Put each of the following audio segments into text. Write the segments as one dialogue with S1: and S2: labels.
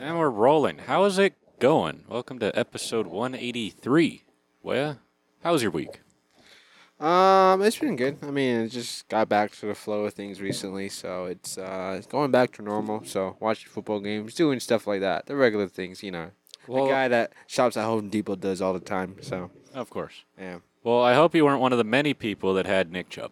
S1: rolling. How is it going? Welcome to episode 183. Well, how was your week?
S2: Um, it's been good. I mean, it just got back to the flow of things recently, so it's uh it's going back to normal. So watching football games, doing stuff like that, the regular things, you know.
S1: Well-
S2: the guy that shops at Home Depot does all the time. So
S1: Of course.
S2: yeah.
S1: Well, I hope you weren't one of the many people that had Nick Chubb.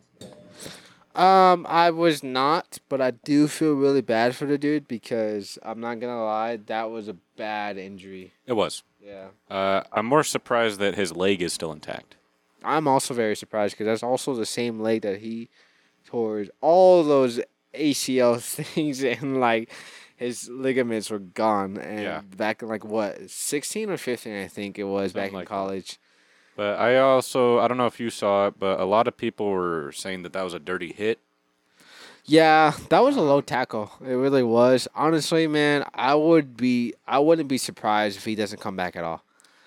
S2: Um, I was not, but I do feel really bad for the dude because I'm not gonna lie, that was a bad injury.
S1: It was.
S2: Yeah.
S1: Uh, I'm more surprised that his leg is still intact.
S2: I'm also very surprised because that's also the same leg that he tore all those ACL things and like his ligaments were gone. And
S1: Yeah.
S2: back in like what, 16 or 15, I think it was back
S1: Something
S2: in
S1: like that.
S2: college.
S1: But I also, I don't know if you saw it, but a lot of people were saying that that was a dirty hit.
S2: Yeah, that was a low tackle. It really was. Honestly, man, I would be, I wouldn't be surprised if he doesn't come back at all.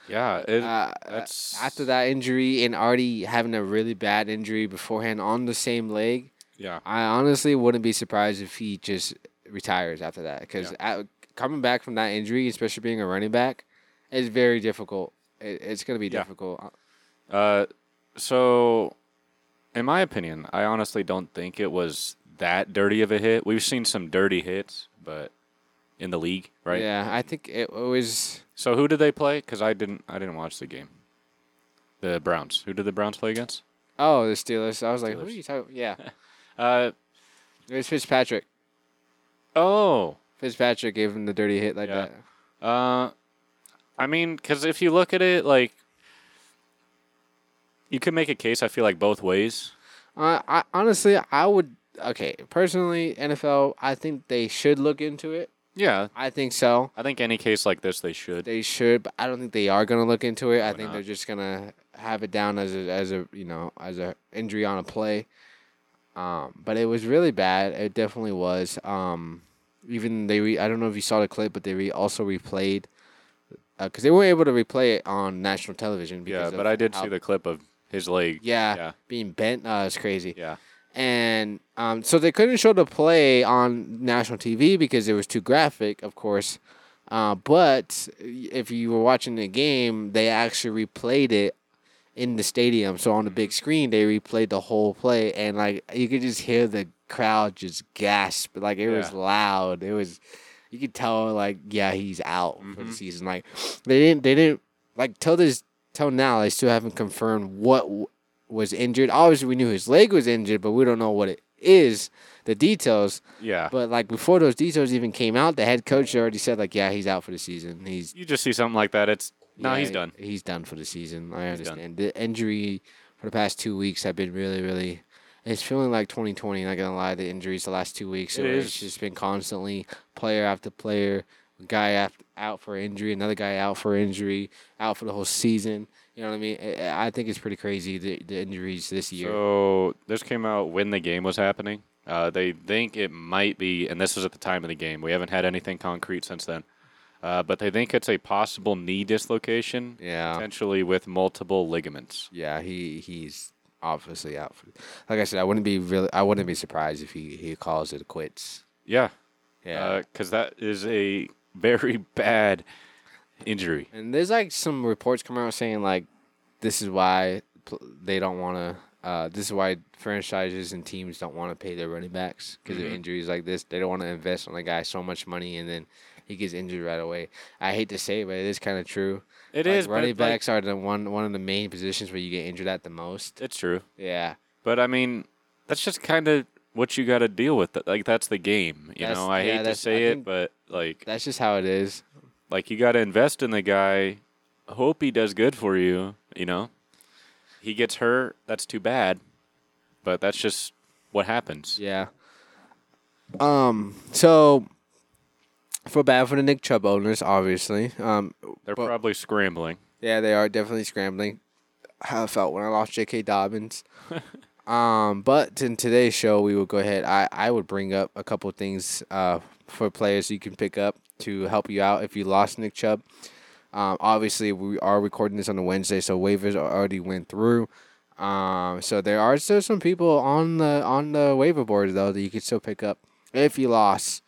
S1: Yeah, it,
S2: Uh,
S1: that's
S2: After that injury and already having a really bad injury beforehand on the same leg,
S1: Yeah,
S2: I honestly wouldn't be surprised if he just retires after that because coming back from that injury, especially being a running back, is very difficult. It, it's going to be
S1: Yeah.
S2: difficult. Uh,
S1: Uh, so, in my opinion, I honestly don't think it was that dirty of a hit. We've seen some dirty hits, but in the league, right?
S2: Yeah, I think it was.
S1: So who did they play? Because I didn't, I didn't watch the game. The Browns. Who did the Browns play against?
S2: Oh, the Steelers. I was like, who are
S1: Steelers.
S2: you talking? Yeah,
S1: Uh,
S2: it was Fitzpatrick.
S1: oh,
S2: Fitzpatrick gave him the dirty hit like
S1: Yeah.
S2: that.
S1: uh, I mean, because if you look at it, like, you could make a case. I feel like both ways.
S2: Uh, I honestly, I would. Okay, personally, NFL. I think they should look into it.
S1: Yeah,
S2: I think so.
S1: I think any case like this, they should.
S2: They should, but I don't think they are gonna look into it. I think
S1: not?
S2: they're just gonna have it down as a as a you know as a injury on a play. Um, but it was really bad. It definitely was. Um, even they re- I don't know if you saw the clip, but they re- also replayed because they were able to replay it on national television.
S1: yeah,
S2: Because
S1: but
S2: of
S1: I did
S2: how-
S1: see the clip of his leg.
S2: yeah,
S1: yeah,
S2: being bent. Uh, it's crazy.
S1: yeah.
S2: And um, so they couldn't show the play on national TV because it was too graphic, of course. Uh, but if you were watching the game, they actually replayed it in the stadium. So on the big screen, they replayed the whole play, and like you could just hear the crowd just gasp. Like it was
S1: Yeah.
S2: loud. It was. You could tell, like, yeah, he's out for the season. Like, they didn't, they didn't, like, till this, till now, they still haven't confirmed what w- was injured. Obviously, we knew his leg was injured, but we don't know what it is, the details.
S1: Yeah.
S2: But like before those details even came out, the head coach already said like, yeah, he's out for the season. He's
S1: you just see something like that, it's no,
S2: yeah,
S1: he's done.
S2: He's done for the season. I
S1: He's done.
S2: understand. The injury for the past two weeks have been really, really. It's feeling like 2020. Not gonna lie, the injuries the last two weeks.
S1: It
S2: where
S1: is.
S2: It's just been constantly player after player, guy after, out for injury, another guy out for injury, out for the whole season. You know what I mean? I I think it's pretty crazy the, the injuries this year.
S1: So this came out when the game was happening. Uh, they think it might be, and this was at the time of the game. We haven't had anything concrete since then, uh, but they think it's a possible knee dislocation,
S2: yeah.
S1: potentially with multiple ligaments.
S2: Yeah, he he's obviously out for. Like I said, I wouldn't be really. I wouldn't be surprised if he he calls it quits.
S1: Yeah,
S2: Yeah.
S1: because that is a very bad injury.
S2: and there's like some reports coming out saying like, this is why pl- they don't want to. Uh, this is why franchises and teams don't want to pay their running backs because
S1: Mm-hmm.
S2: of injuries like this. They don't want to invest on a guy so much money and then he gets injured right away. I hate to say it, but it is kind of true.
S1: It
S2: It
S1: is
S2: is running
S1: but, like,
S2: backs are the one one of the main positions where you get injured at the most.
S1: it's true,
S2: Yeah.
S1: but I mean, that's just kind of what you got to deal with. Like that's the game. You
S2: That's-
S1: know, I
S2: yeah,
S1: hate to
S2: that's- I
S1: say it,
S2: think-
S1: but like
S2: That's just how it is.
S1: Like you got to invest in the guy. Hope he does good for you. You know, he gets hurt. That's too bad, but that's just what happens.
S2: Yeah. Um. So, I feel bad for the Nick Chubb owners, obviously. Um.
S1: They're
S2: but-
S1: probably scrambling.
S2: yeah, they are definitely scrambling. How I felt when I lost J.K. Dobbins. um. But in today's show, we will go ahead. I I would bring up a couple things. Uh, for players you can pick up to help you out if you lost Nick Chubb. Um, obviously, we are recording this on a Wednesday, so waivers are already went through. Um, so there are still some people on the on the waiver board though that you can still pick up if you lost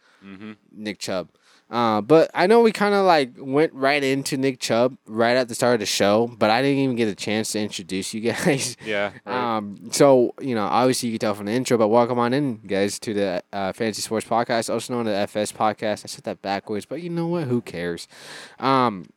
S2: Nick Chubb. Uh, but I know we kind of like went right into Nick Chubb right at the start of the show, but I didn't even get a chance to introduce you guys.
S1: Yeah. right.
S2: Um, so you know, obviously you can tell from the intro, but welcome on in, guys, to the uh, Fantasy Sports Podcast, also known as the FS Podcast. I said that backwards, but you know what? Who cares? Um,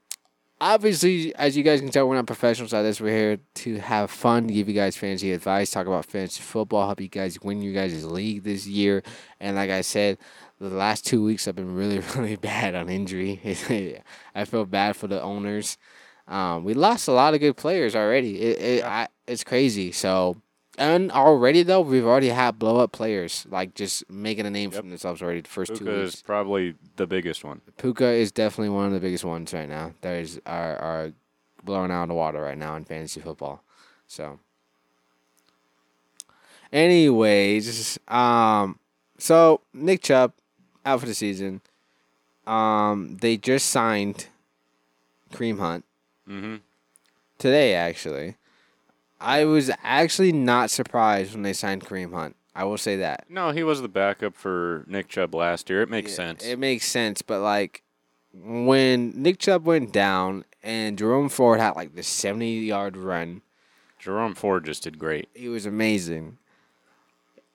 S2: obviously, as you guys can tell, we're not professionals at this. We're here to have fun, give you guys fantasy advice, talk about fantasy football, help you guys win your guys' league this year. And like I said, the last two weeks have been really, really bad on injury. I feel bad for the owners. Um, we lost a lot of good players already. It, it I, it's crazy. So, and already though, we've already had blow up players like just making a name for themselves already. The first two
S1: Puka
S2: weeks.
S1: is probably the biggest one.
S2: Puka is definitely one of the biggest ones right now. That is are are blowing out of the water right now in fantasy football. So, anyways, um, so Nick Chubb out for the season. Um, they just signed Cream Hunt
S1: Mm-hmm.
S2: today. Actually, I was actually not surprised when they signed Cream Hunt. I will say that.
S1: No, he was the backup for Nick Chubb last year. It makes
S2: Yeah,
S1: sense.
S2: It makes sense, but like when Nick Chubb went down and Jerome Ford had like the seventy yard run,
S1: Jerome Ford just did great.
S2: it was amazing.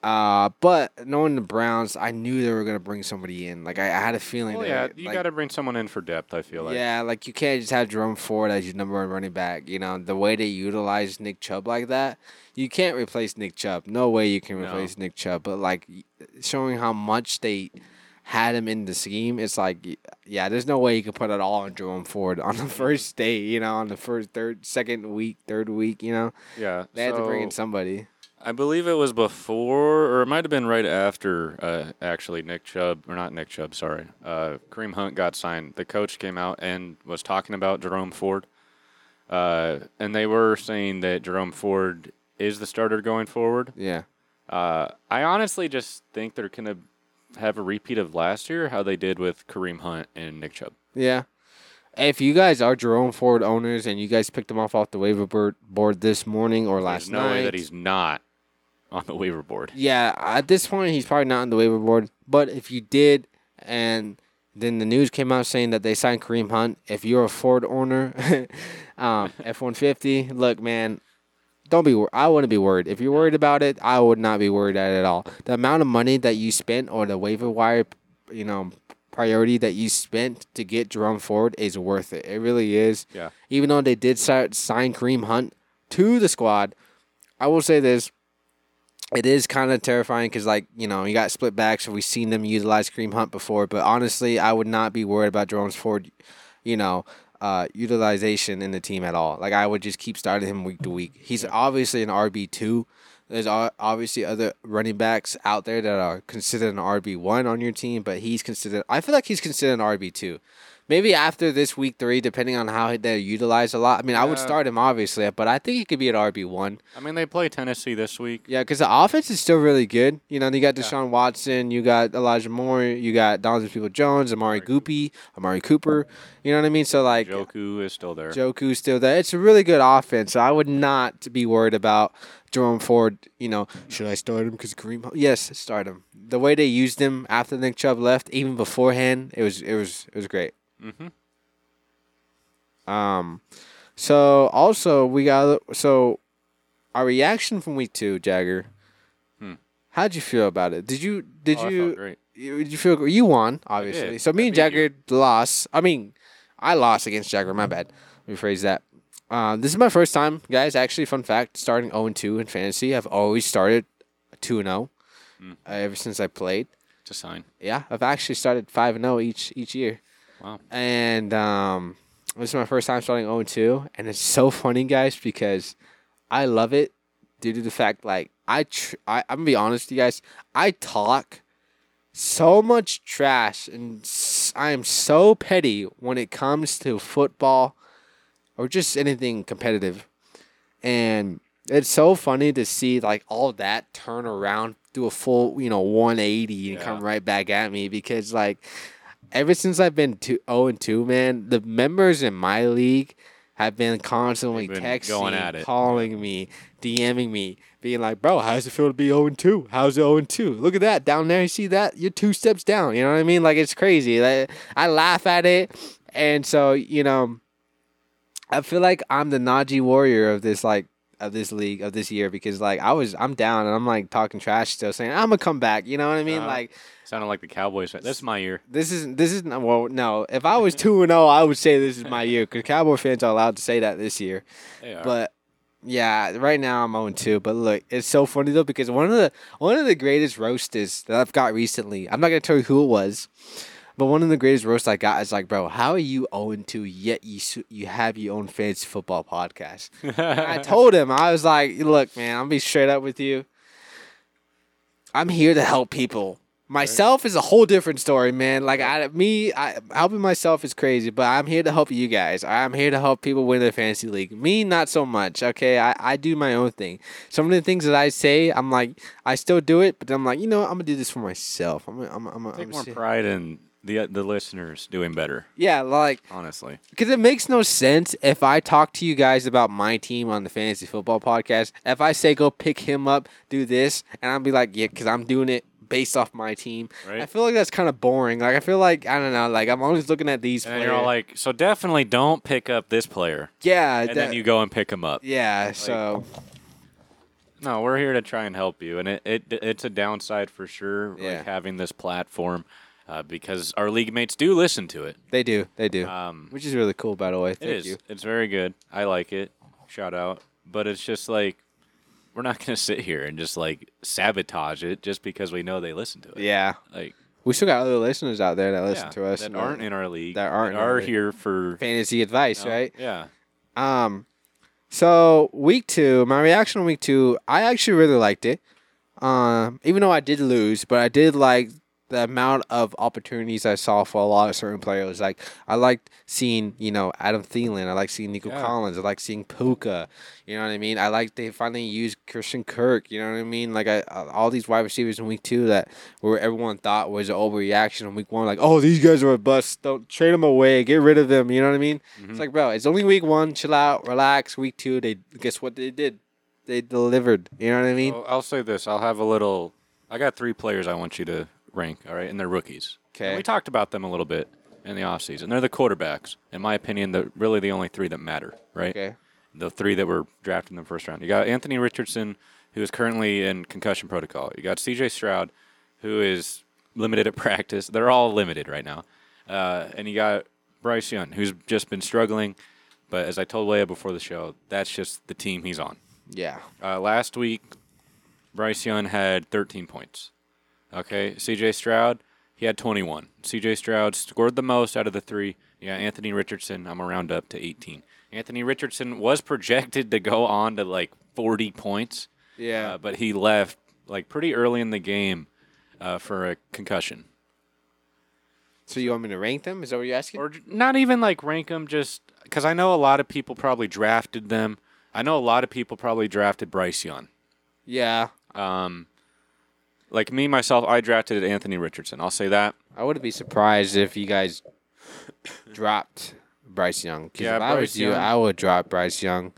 S2: Uh, but knowing the Browns, I knew they were gonna bring somebody in. Like I, I had a feeling.
S1: Well,
S2: they
S1: Oh, yeah,
S2: were-
S1: you
S2: like,
S1: got to bring someone in for depth. I feel like.
S2: yeah, like you can't just have Jerome Ford as your number one running back. You know the way they utilize Nick Chubb like that, you can't replace Nick Chubb. No way you can
S1: No.
S2: replace Nick Chubb. But like y- showing how much they had him in the scheme, it's like y- yeah, there's no way you could put it all on Jerome Ford on the first day. You know, on the first, third, second week, third week. You know,
S1: Yeah.
S2: they had to bring in
S1: so-
S2: somebody.
S1: I believe it was before, or it might have been right after, uh, actually, Nick Chubb, or not Nick Chubb, sorry. Uh, Kareem Hunt got signed. The coach came out and was talking about Jerome Ford. Uh, and they were saying that Jerome Ford is the starter going forward.
S2: Yeah,
S1: Uh, I honestly just think they're going to have a repeat of last year, how they did with Kareem Hunt and Nick Chubb.
S2: yeah. If you guys are Jerome Ford owners and you guys picked him off off the waiver board- board this morning or last
S1: There's no
S2: night,
S1: way that he's not on the waiver board.
S2: Yeah, at this point, he's probably not on the waiver board. But if you did, and then the news came out saying that they signed Kareem Hunt, if you're a Ford owner, um, F one fifty, look, man, don't be. Wor- I wouldn't be worried. If you're worried about it, I would not be worried at it at all. The amount of money that you spent or the waiver wire, you know, priority that you spent to get Jerome Ford is worth it. It really is.
S1: Yeah.
S2: Even though they did si- sign Kareem Hunt to the squad, I will say this it is kind of terrifying because, like, you know, you got split backs. We've seen them utilize Cream Hunt before, but honestly, I would not be worried about Jerome's Ford, you know, uh, utilization in the team at all. Like, I would just keep starting him week to week. He's obviously an RB2. There's o- obviously other running backs out there that are considered an RB1 on your team, but he's considered, I feel like he's considered an RB2. Maybe after this week three, depending on how they're utilized a lot. I mean, I would
S1: Yeah.
S2: start him, obviously, but I think he could be an RB1.
S1: I mean, they play Tennessee this week.
S2: Yeah, because the offense is still really good. You know, you got Deshaun Watson, you got Elijah Moore, you got Donovan People Jones, Amari Goopy, Amari Cooper. You know what I mean? So like
S1: Joku is still there.
S2: Joku's still there. It's a really good offense. So I would not be worried about Jerome Ford. You know, should I start him because Kareem? Hunt- Yes, start him. The way they used him after Nick Chubb left, even beforehand, it was it was it was great.
S1: Mhm.
S2: Um, so also we got so our reaction from week two, Jagger.
S1: Hmm.
S2: How'd you feel about it? Did you did
S1: Oh, I felt
S2: you
S1: great.
S2: you, you feel you won obviously.
S1: did.
S2: So
S1: I
S2: me and
S1: beat
S2: Jagger
S1: you.
S2: lost. I mean, I lost against Jagger. My bad. Let me rephrase that. Uh, this is my first time, guys. Actually, fun fact: starting zero and two in fantasy. I've always started two and zero
S1: Mm.
S2: ever since I played.
S1: It's a sign.
S2: Yeah, I've actually started five and zero each each year.
S1: Wow.
S2: And um, this is my first time starting 0 2. And it's so funny, guys, because I love it due to the fact, like, I, tr- I I'm going to be honest with you guys, I talk so much trash and s- I am so petty when it comes to football or just anything competitive. And it's so funny to see, like, all that turn around, do a full, you know, 180 and
S1: Yeah.
S2: come right back at me because, oh like, ever since I've been two, 0 and 2, man, the members in my league have been constantly
S1: They've been
S2: texting,
S1: going at it.
S2: calling me, DMing me, being like, "Bro, how's it feel to be 0 2? How's it 0 2? Look at that down there. You see that? You're two steps down. You know what I mean? Like it's crazy. Like, I laugh at it, and so you know, I feel like I'm the Najee warrior of this like of this league of this year because like I was I'm down and I'm like talking trash still saying I'm gonna come back. You know what I mean?
S1: Uh-huh.
S2: Like
S1: Sounded like the Cowboys. fan. This is my year.
S2: this isn't this isn't well no. If I was two and zero, I would say this is my year because Cowboy fans are allowed to say that this year.
S1: They are.
S2: But yeah, right now I'm on two. But look, it's so funny though because one of the one of the greatest roasters that I've got recently. I'm not gonna tell you who it was, but one of the greatest roasts I got is like, bro, how are you zero two yet you su- you have your own fantasy football podcast? And I told him I was like, look, man, I'll be straight up with you. I'm here to help people. Myself is a whole different story, man. Like I, me, I, helping myself is crazy, but I'm here to help you guys. I'm here to help people win their fantasy league. Me, not so much. Okay, I, I do my own thing. Some of the things that I say, I'm like, I still do it, but I'm like, you know, what? I'm gonna do this for myself. I'm, gonna, I'm, gonna- I'm, gonna- I'm
S1: Take more
S2: gonna-
S1: pride in the uh, the listeners doing better.
S2: yeah, like
S1: Honestly,
S2: because it makes no sense if I talk to you guys about my team on the fantasy football podcast. If I say go pick him up, do this, and I'll be like, yeah, because I'm doing it based off my team.
S1: Right.
S2: I feel like that's kind of boring. Like I feel like I don't know. Like I'm always looking at these.
S1: and then
S2: players.
S1: you're all like, so definitely don't pick up this player,
S2: yeah,
S1: and then
S2: that-
S1: you go and pick him up.
S2: yeah. so
S1: No, we're here to try and help you, and it, it it's a downside for sure.
S2: Yeah.
S1: Like having this platform, uh, because our league mates do listen to it.
S2: they do, they do,
S1: Um,
S2: which is really cool. By the way,
S1: It
S2: thank
S1: is.
S2: you.
S1: It's very good. I like it. Shout out. But it's just like we're not gonna sit here and just like sabotage it just because we know they listen to it.
S2: Yeah,
S1: Like
S2: we still got other listeners out there that listen
S1: yeah,
S2: to us
S1: that
S2: and
S1: aren't in our league.
S2: that aren't in our
S1: are
S2: league.
S1: here for
S2: fantasy advice,
S1: you know,
S2: right?
S1: Yeah.
S2: Um, so week two, my reaction on week two, I actually really liked it. Um, even though I did lose, but I did like the amount of opportunities I saw for a lot of certain players. Like I liked seeing, you know, Adam Thielen. I like seeing Nico
S1: Yeah.
S2: Collins. I like seeing Puka. You know what I mean? I like they finally used Christian Kirk. You know what I mean? Like I, I- all these wide receivers in week two that where everyone thought was an overreaction in week one. Like, oh, these guys are a bust. Don't trade them away. Get rid of them. You know what I mean?
S1: Mm-hmm.
S2: It's like, bro, it's only week one. Chill out, relax. Week two, they guess what they did? They delivered. You know what I mean?
S1: Well, I'll say this. I'll have a little. I got three players I want you to rank. All right, and they're rookies. And
S2: Okay.
S1: we talked about them a little bit in the offseason. They're the quarterbacks, in my opinion. The really the only three that matter. Right.
S2: Okay.
S1: the three that were drafted in the first round. You got Anthony Richardson, who is currently in concussion protocol. You got C.J. Stroud, who is limited at practice. They're all limited right now. Uh, and you got Bryce Young, who's just been struggling. But as I told Leia before the show, that's just the team he's on.
S2: Yeah.
S1: Uh, last week, Bryce Young had 13 points. Okay, CJ Stroud, he had 21. CJ Stroud scored the most out of the three. Yeah, Anthony Richardson, I'm going round up to 18. Anthony Richardson was projected to go on to like 40 points,
S2: Yeah.
S1: uh, but he left like pretty early in the game uh, for a concussion.
S2: so you want me to rank them? Is that what you're asking?
S1: or j- not even like rank them just because i know a lot of people probably drafted them i know a lot of people probably drafted bryce young
S2: yeah.
S1: Um, like me myself, I drafted Anthony Richardson. I'll say that.
S2: I wouldn't be surprised if you guys dropped Bryce Young. 'Cause
S1: Yeah,
S2: if I was
S1: Bryce
S2: you,
S1: Young.
S2: I would drop Bryce Young.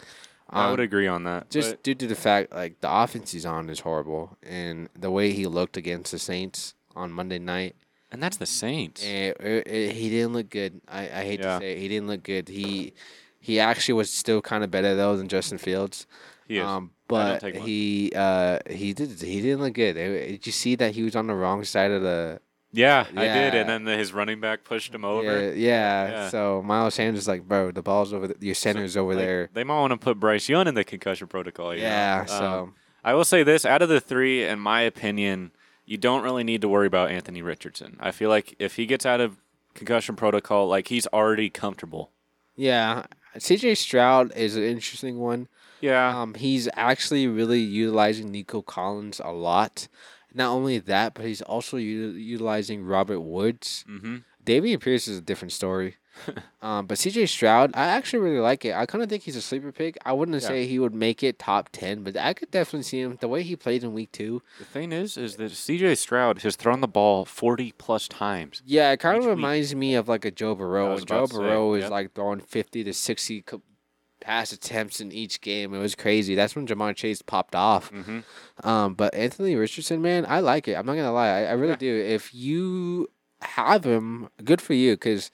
S1: I
S2: Um,
S1: would agree on that.
S2: just
S1: Just
S2: due to the fact like the offense he's on is horrible, and the way he looked against the Saints on Monday night,
S1: and that's the Saints.
S2: it, it, it- he didn't look good. I, I hate
S1: Yeah.
S2: to say it, he didn't look good. He he actually was still kind of better though than Justin Fields.
S1: He is.
S2: Um,
S1: I don't
S2: but
S1: take one.
S2: he uh he did he didn't look good. Eh, Did you see that he was on the wrong side of the
S1: yeah, I did.
S2: yeah.
S1: And then the, his running back pushed him
S2: yeah,
S1: over.
S2: yeah.
S1: Yeah.
S2: So Miles Sanders is like, bro, the ball's over. The, your center's over
S1: Like,
S2: there.
S1: They might want to put Bryce Young in the concussion protocol. you know?
S2: Yeah.
S1: Um,
S2: so
S1: I will say this: out of the three, in my opinion, you don't really need to worry about Anthony Richardson. I feel like if he gets out of concussion protocol, like he's already comfortable.
S2: yeah, C.J. Stroud is an interesting one.
S1: Yeah.
S2: Um, he's actually really utilizing Nico Collins a lot. Not only that, but he's also u- utilizing Robert Woods.
S1: mm-hmm.
S2: Davian Pierce is a different story. um, but CJ Stroud, I actually really like it. I kind of think he's a sleeper pick. I wouldn't
S1: Yeah.
S2: say he would make it top 10, but I could definitely see him. The way he played in week two.
S1: The thing is, is that C.J. Stroud has thrown the ball forty plus times.
S2: Yeah, it kind
S1: Each
S2: of
S1: week.
S2: reminds me of like a Joe Burrow.
S1: was
S2: When
S1: about
S2: Joe
S1: to say,
S2: Burrow is
S1: yep.
S2: like throwing 50 to 60 co- pass attempts in each game. It was crazy. That's when Jamar Chase popped off.
S1: Mm-hmm.
S2: Um, but Anthony Richardson, man, I like it. I'm not gonna lie, I, I really do. If you have him, good for you, because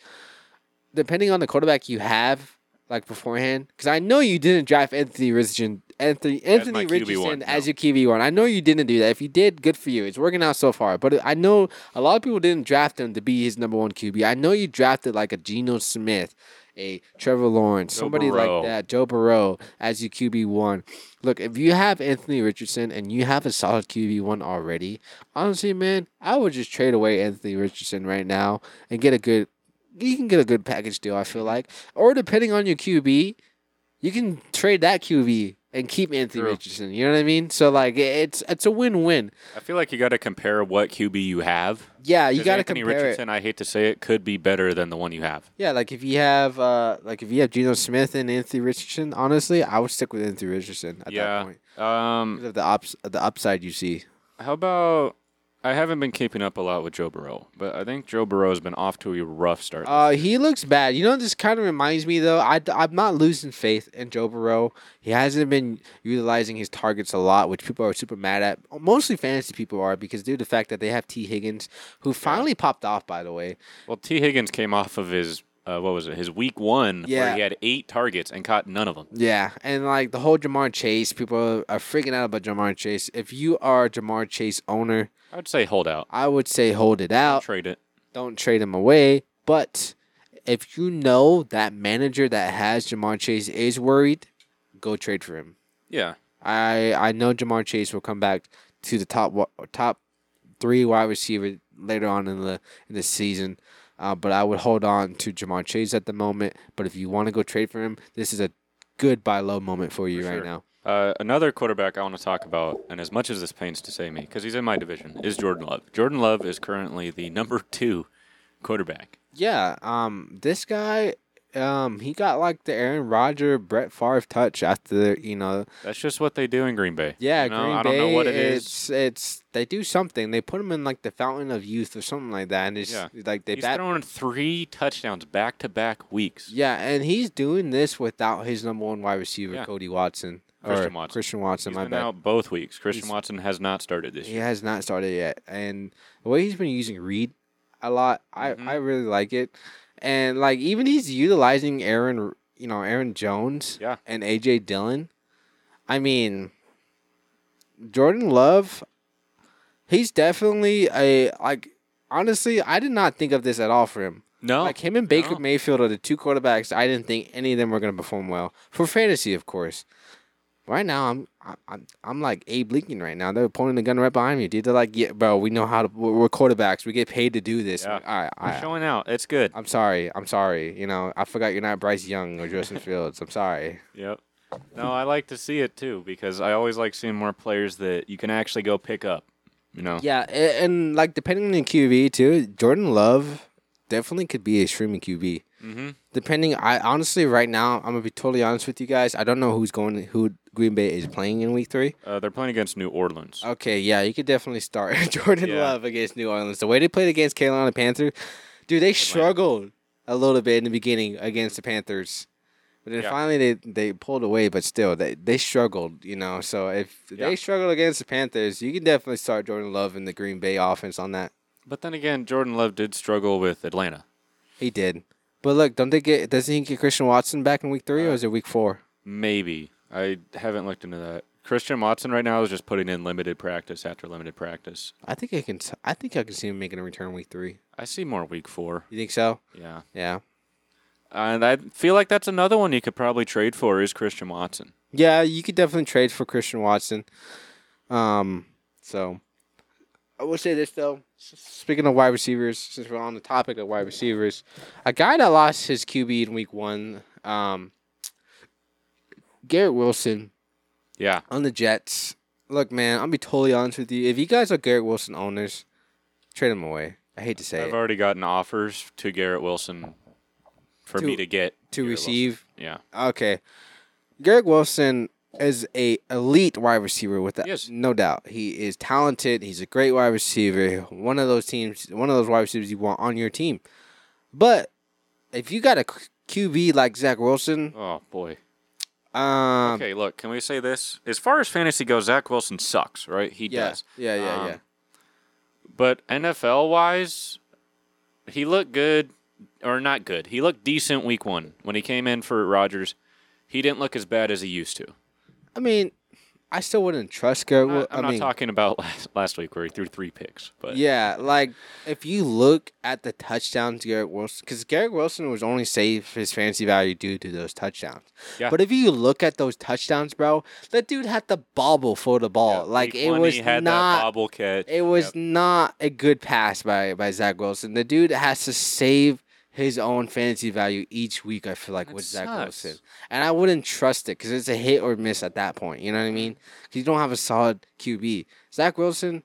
S2: depending on the quarterback you have, like beforehand, because I know you didn't draft Anthony Richardson, Anthony Anthony
S1: my QB1,
S2: Richardson
S1: no.
S2: as your QB one. I know you didn't do that. If you did, good for you. It's working out so far. But I know a lot of people didn't draft him to be his number one QB. I know you drafted like a Geno Smith, a Trevor Lawrence, somebody
S1: Burrow.
S2: like that, Joe Burrow as your QB one. Look, if you have Anthony Richardson and you have a solid QB one already, honestly, man, I would just trade away Anthony Richardson right now and get a good. You can get a good package deal, I feel like, or depending on your QB, you can trade that QB and keep Anthony
S1: True.
S2: Richardson. You know what I mean? So like, i- it's it's a win-win.
S1: I feel like you got to compare what QB you have.
S2: Yeah, you
S1: 'Cause
S2: got to
S1: Anthony
S2: compare it.
S1: Richardson, I hate to say it, could be better than the one you have.
S2: Yeah, like if you have uh like if you have Geno Smith and Anthony Richardson, honestly, I would stick with Anthony Richardson at
S1: Yeah.
S2: that point.
S1: Um,
S2: Because of the ups the upside you see.
S1: how about? I haven't been keeping up a lot with Joe Burrow, but I think Joe Burrow has been off to a rough start.
S2: Uh he looks bad. You know this kind of reminds me though, I I'm not losing faith in Joe Burrow. He hasn't been utilizing his targets a lot, which people are super mad at. Mostly fantasy people are because due to the fact that they have T Higgins who finally popped off by the way.
S1: well, T. Higgins came off of his uh, what was it? His week one, where
S2: Yeah.
S1: he had eight targets and caught none of them.
S2: Yeah, and like the whole Jamar Chase, people are freaking out about Jamar Chase. If you are a Jamar Chase owner,
S1: I would say hold out,
S2: I would say hold it out.
S1: trade it.
S2: don't trade him away. But if you know that manager that has Jamar Chase is worried, go trade for him.
S1: Yeah,
S2: I I know Jamar Chase will come back to the top wa- top three wide receiver later on in the in the season. Uh, but I would hold on to Jamar Chase at the moment. But if you want to go trade for him, this is a good buy low moment for you
S1: For
S2: right
S1: sure.
S2: now.
S1: Uh, another quarterback I want to talk about, and as much as this pains to say me, because he's in my division, is Jordan Love. Jordan Love is currently the number two quarterback.
S2: Yeah, um, this guy, um, he got like the Aaron Rodgers, Brett Favre touch after you know
S1: That's just what they do in Green Bay.
S2: Yeah,
S1: You know,
S2: Green
S1: I don't
S2: Bay.
S1: know what it is.
S2: it's, It's they do something. They put him in like the Fountain of Youth or something like that, and it's
S1: Yeah.
S2: like they
S1: He's
S2: bat.
S1: throwing three touchdowns back to back weeks.
S2: yeah, and he's doing this without his number one wide receiver,
S1: Yeah.
S2: Cody Watson.
S1: Christian
S2: or
S1: Watson.
S2: Christian Watson.
S1: He's
S2: my
S1: been
S2: bad.
S1: out both weeks. Christian
S2: He's-
S1: Watson has not started this
S2: He
S1: year.
S2: has not started yet, and the way he's been using Reed a lot, I
S1: Mhm.
S2: I really like it, and like even he's utilizing Aaron, you know, Aaron Jones,
S1: Yeah.
S2: and AJ Dillon. I mean, Jordan Love, he's definitely a like. Honestly, I did not think of this at all for him.
S1: No,
S2: Like him and Baker
S1: no.
S2: Mayfield are the two quarterbacks I didn't think any of them were going to perform well for fantasy, of course. Right now, I'm I- I'm I'm like Abe Lincoln right now. They're pointing the gun right behind me, dude. They're like, yeah, bro, we know how to. We're, we're quarterbacks. We get paid to do this.
S1: Yeah.
S2: All right, all
S1: He's
S2: right.
S1: showing out. It's good.
S2: I'm sorry. I'm sorry. You know, I forgot you're not Bryce Young or Justin Fields. I'm sorry.
S1: Yep. No, I like to see it too because I always like seeing more players that you can actually go pick up. You know.
S2: Yeah, a- and like depending on the QB too, Jordan Love definitely could be a streaming QB.
S1: Mm-hmm.
S2: Depending, I honestly right now I'm gonna be totally honest with you guys. I don't know who's going, who Green Bay is playing in Week Three.
S1: Uh, they're playing against New Orleans.
S2: Okay, yeah, you could definitely start Jordan
S1: Yeah.
S2: Love against New Orleans. The way they played against Carolina Panthers, dude, they struggled a little bit in the beginning against the Panthers. But then
S1: Yeah.
S2: finally they, they pulled away, but still they, they struggled, you know. So if
S1: Yeah.
S2: they struggled against the Panthers, you can definitely start Jordan Love in the Green Bay offense on that.
S1: But then again, Jordan Love did struggle with Atlanta.
S2: He did. But look, don't they get doesn't he get Christian Watson back in week three
S1: Uh,
S2: or is it week four?
S1: Maybe. I haven't looked into that. Christian Watson right now is just putting in limited practice after limited practice.
S2: I think I can s- I think I can see him making a return week three.
S1: I see more week four.
S2: You think so?
S1: Yeah.
S2: Yeah.
S1: And I feel like that's another one you could probably trade for is Christian Watson.
S2: Yeah, you could definitely trade for Christian Watson. Um, so I will say this though. s- Speaking of wide receivers, since we're on the topic of wide receivers, a guy that lost his QB in week one, um, Garrett Wilson
S1: Yeah.
S2: on the Jets. Look, man, I'll be totally honest with you. If you guys are Garrett Wilson owners, trade him away. I hate to say
S1: I've
S2: it.
S1: already gotten offers to Garrett Wilson for
S2: To-
S1: me to get.
S2: To
S1: Garrett
S2: receive,
S1: Wilson. Yeah.
S2: okay. Garrett Wilson is a elite wide receiver with that,
S1: Yes.
S2: no doubt. He is talented. He's a great wide receiver. One of those teams, one of those wide receivers you want on your team. But if you got a Q- QB like Zach Wilson,
S1: Oh, boy.
S2: Um,
S1: Okay, look, can we say this? As far as fantasy goes, Zach Wilson sucks, right? He
S2: yeah,
S1: does.
S2: yeah, yeah, yeah.
S1: Um, But NFL wise, he looked good or not good. He looked decent week one when he came in for Rodgers. He didn't look as bad as he used to.
S2: I mean, I still wouldn't trust Garrett.
S1: I,
S2: Wil-
S1: am
S2: I
S1: not
S2: mean,
S1: talking about last, last week where he threw three picks, but
S2: yeah, like if you look at the touchdowns Garrett Wilson, because Garrett Wilson was only saved for his fantasy value due to those touchdowns.
S1: Yeah.
S2: But if you look at those touchdowns, bro, that dude had to bobble for the ball. like
S1: Week
S2: it
S1: one,
S2: was
S1: he had that
S2: not.
S1: bobble catch.
S2: It was
S1: Yep.
S2: not a good pass by by Zach Wilson. The dude has to save his own fantasy value each week. I feel like
S1: That
S2: with Zach
S1: sucks.
S2: Wilson, and I wouldn't trust it because it's a hit or miss at that point. You know what I mean? 'Cause you don't have a solid QB. Zach Wilson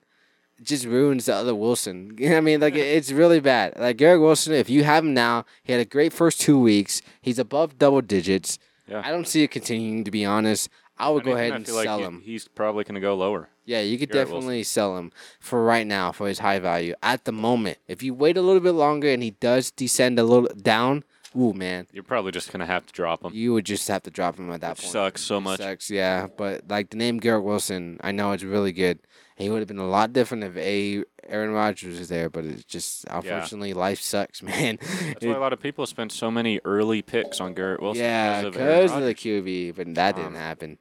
S2: just ruins the other Wilson. You know what I mean? Like it- it's really bad. Like Garrett Wilson, if you have him now, he had a great first two weeks. He's above double digits.
S1: Yeah.
S2: I don't see it continuing. To be honest, I would
S1: I
S2: go
S1: mean,
S2: ahead
S1: I
S2: and
S1: feel like
S2: sell
S1: he-
S2: him.
S1: He's probably going to go lower.
S2: Yeah, you could
S1: Garrett Wilson.
S2: definitely sell him for right now for his high value at the moment. If you wait a little bit longer and he does descend a little down, ooh man,
S1: You're probably just going to have to drop him.
S2: you would just have to drop him at that point.
S1: Sucks so much.
S2: Sucks, yeah. But like the name Garrett Wilson, I know it's really good. He would have been a lot different if a Aaron Rodgers was there, but it's just unfortunately life sucks, man.
S1: That's why a lot of people spend so many early picks on Garrett Wilson.
S2: yeah,
S1: of Aaron
S2: because of, the
S1: Rodgers.
S2: QB, but that didn't
S1: Um,
S2: happen.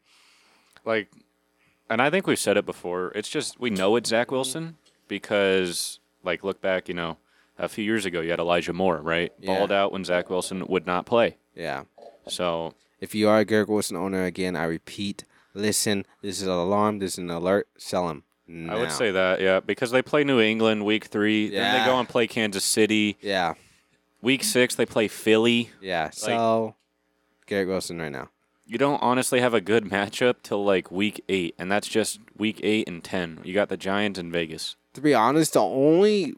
S1: like, and I think we've said it before. It's just we know it's
S2: Mm-hmm.
S1: Zach Wilson because, like, look back, you know, a few years ago you had Elijah Moore, right?
S2: Yeah.
S1: Balled out when Zach Wilson would not play.
S2: Yeah.
S1: So
S2: If you are a Garrett Wilson owner, again, I repeat, listen. This is an alarm. This is an alert. Sell him.
S1: I would
S2: now.
S1: say that, yeah, because they play New England week three, then
S2: Yeah.
S1: they go and play Kansas City
S2: Yeah,
S1: week six. They play Philly.
S2: yeah. So Garrett Wilson right now.
S1: You don't honestly have a good matchup till like week eight, and that's just week eight and ten. You got the Giants in Vegas.
S2: To be honest, the only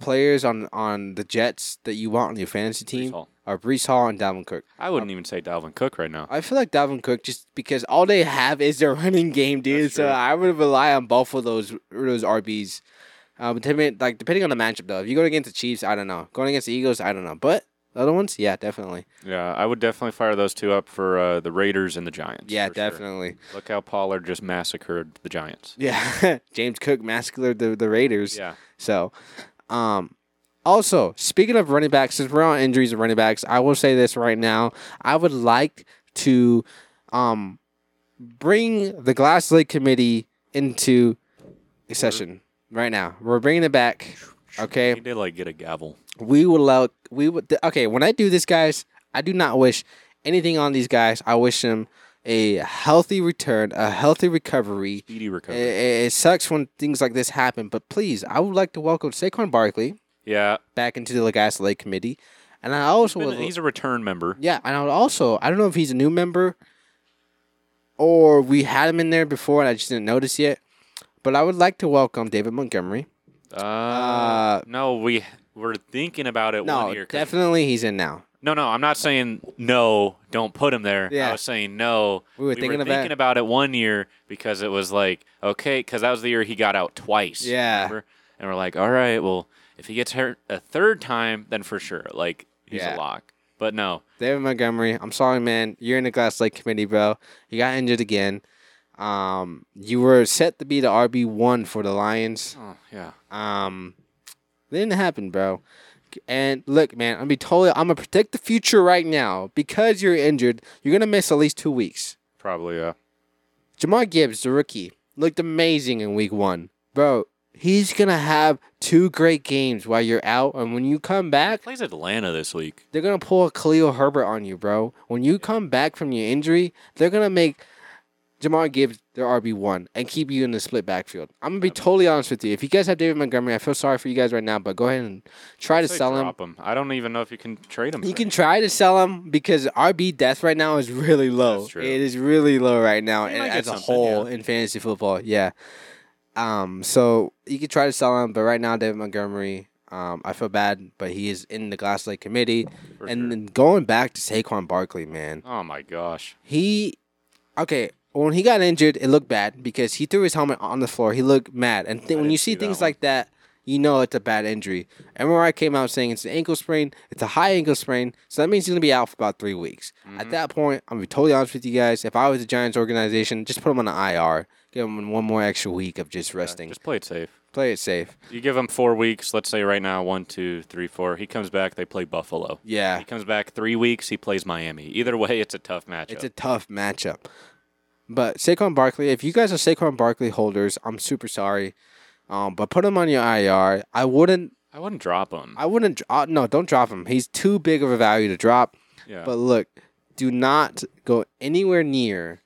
S2: players on on the Jets that you want on your fantasy team
S1: Hall.
S2: are Brees Hall and Dalvin Cook.
S1: I wouldn't even say Dalvin Cook right now.
S2: I feel like Dalvin Cook just because all they have is their running game, dude.
S1: That's
S2: So
S1: true.
S2: I would rely on both of those those RBs. Um, depending like depending on the matchup though. If you go against the Chiefs, I don't know. Going against the Eagles, I don't know. But the other ones, yeah, definitely.
S1: Yeah, I would definitely fire those two up for uh, the Raiders and the Giants.
S2: Yeah,
S1: for sure.
S2: definitely.
S1: Look how Pollard just massacred the Giants.
S2: Yeah, James Cook massacred the the Raiders.
S1: Yeah,
S2: So, um, also speaking of running backs, since we're on injuries and running backs, I will say this right now: I would like to, um, bring the Glass Lake Committee into session right now. We're bringing it back. Okay,
S1: he did like get a gavel.
S2: we will allow we would th- okay when i do this guys i do not wish anything on these guys i wish them a healthy return a healthy recovery
S1: Speedy
S2: it,
S1: recovery.
S2: it, it sucks when things like this happen but please i would like to welcome Saquon Barkley
S1: yeah,
S2: back into the Legacy Lake committee and i also
S1: Been-
S2: would
S1: he's a return member.
S2: yeah and i would also i don't know if he's a new member or we had him in there before and i just didn't notice yet but i would like to welcome david montgomery
S1: Uh,
S2: Uh,
S1: no, we were thinking about it
S2: no
S1: one year. 'cause-
S2: definitely he's in now
S1: No, no, I'm not saying no. Don't put him there.
S2: Yeah.
S1: I was saying no.
S2: We were thinking about-
S1: it one year because it was like okay, because that was the year he got out twice.
S2: Yeah.
S1: remember? and we're like, all right, well, if he gets hurt a third time, then for sure, like he's a
S2: Yeah.
S1: lock. But no,
S2: David Montgomery, I'm sorry, man. You're in the Glass Lake committee, bro. You got injured again. Um, you were set to be the RB one for the Lions.
S1: oh yeah,
S2: Um, didn't happen, bro. And look, man, I'm gonna be totally. I'm gonna predict the future right now because you're injured. You're gonna miss at least two weeks.
S1: probably yeah.
S2: Jamar Gibbs, the rookie, looked amazing in week one, bro. He's gonna have two great games while you're out, and when you come back,
S1: Plays Atlanta this week.
S2: they're gonna pull a Khalil Herbert on you, bro. When you come back from your injury, they're gonna make Jamar Gibbs their RB one and keep you in the split backfield. I'm gonna be totally honest with you. If you guys have David Montgomery, I feel sorry for you guys right now, but go ahead and try to
S1: Say
S2: sell him.
S1: drop him. I don't even know if you can trade him.
S2: You
S1: for
S2: can try to sell him because RB death right now is really low.
S1: That's true.
S2: It is really low right now
S1: You
S2: and
S1: might get
S2: as a
S1: something,
S2: whole
S1: yeah.
S2: in fantasy football. Yeah. Um. So you can try to sell him, but right now David Montgomery. Um, I feel bad, but he is in the Glass Lake committee.
S1: For
S2: and
S1: sure.
S2: then going back to Saquon Barkley, man,
S1: Oh my gosh.
S2: he okay. When he got injured, it looked bad because he threw his helmet on the floor. He looked mad, and th- when
S1: didn't
S2: you see
S1: see that
S2: things
S1: one.
S2: like that, you know it's a bad injury. MRI came out saying it's an ankle sprain. It's a high ankle sprain, so that means he's gonna be out for about three weeks. At
S1: Mm-hmm.
S2: that point, I'm gonna be totally honest with you guys. If I was the Giants organization, just put him on the IR. Give him one more extra week of just resting.
S1: Just play it safe.
S2: Play it safe.
S1: You give him four weeks. Let's say right now, one, two, three, four. He comes back. They play Buffalo.
S2: Yeah.
S1: He comes back three weeks. He plays Miami. Either way, it's a tough matchup.
S2: It's a tough matchup. But Saquon Barkley, if you guys are Saquon Barkley holders, I'm super sorry. Um, but put him on your IR. I wouldn't.
S1: I wouldn't drop him.
S2: I wouldn't. dr- Uh, no, don't drop him. He's too big of a value to drop.
S1: yeah.
S2: But look, do not go anywhere near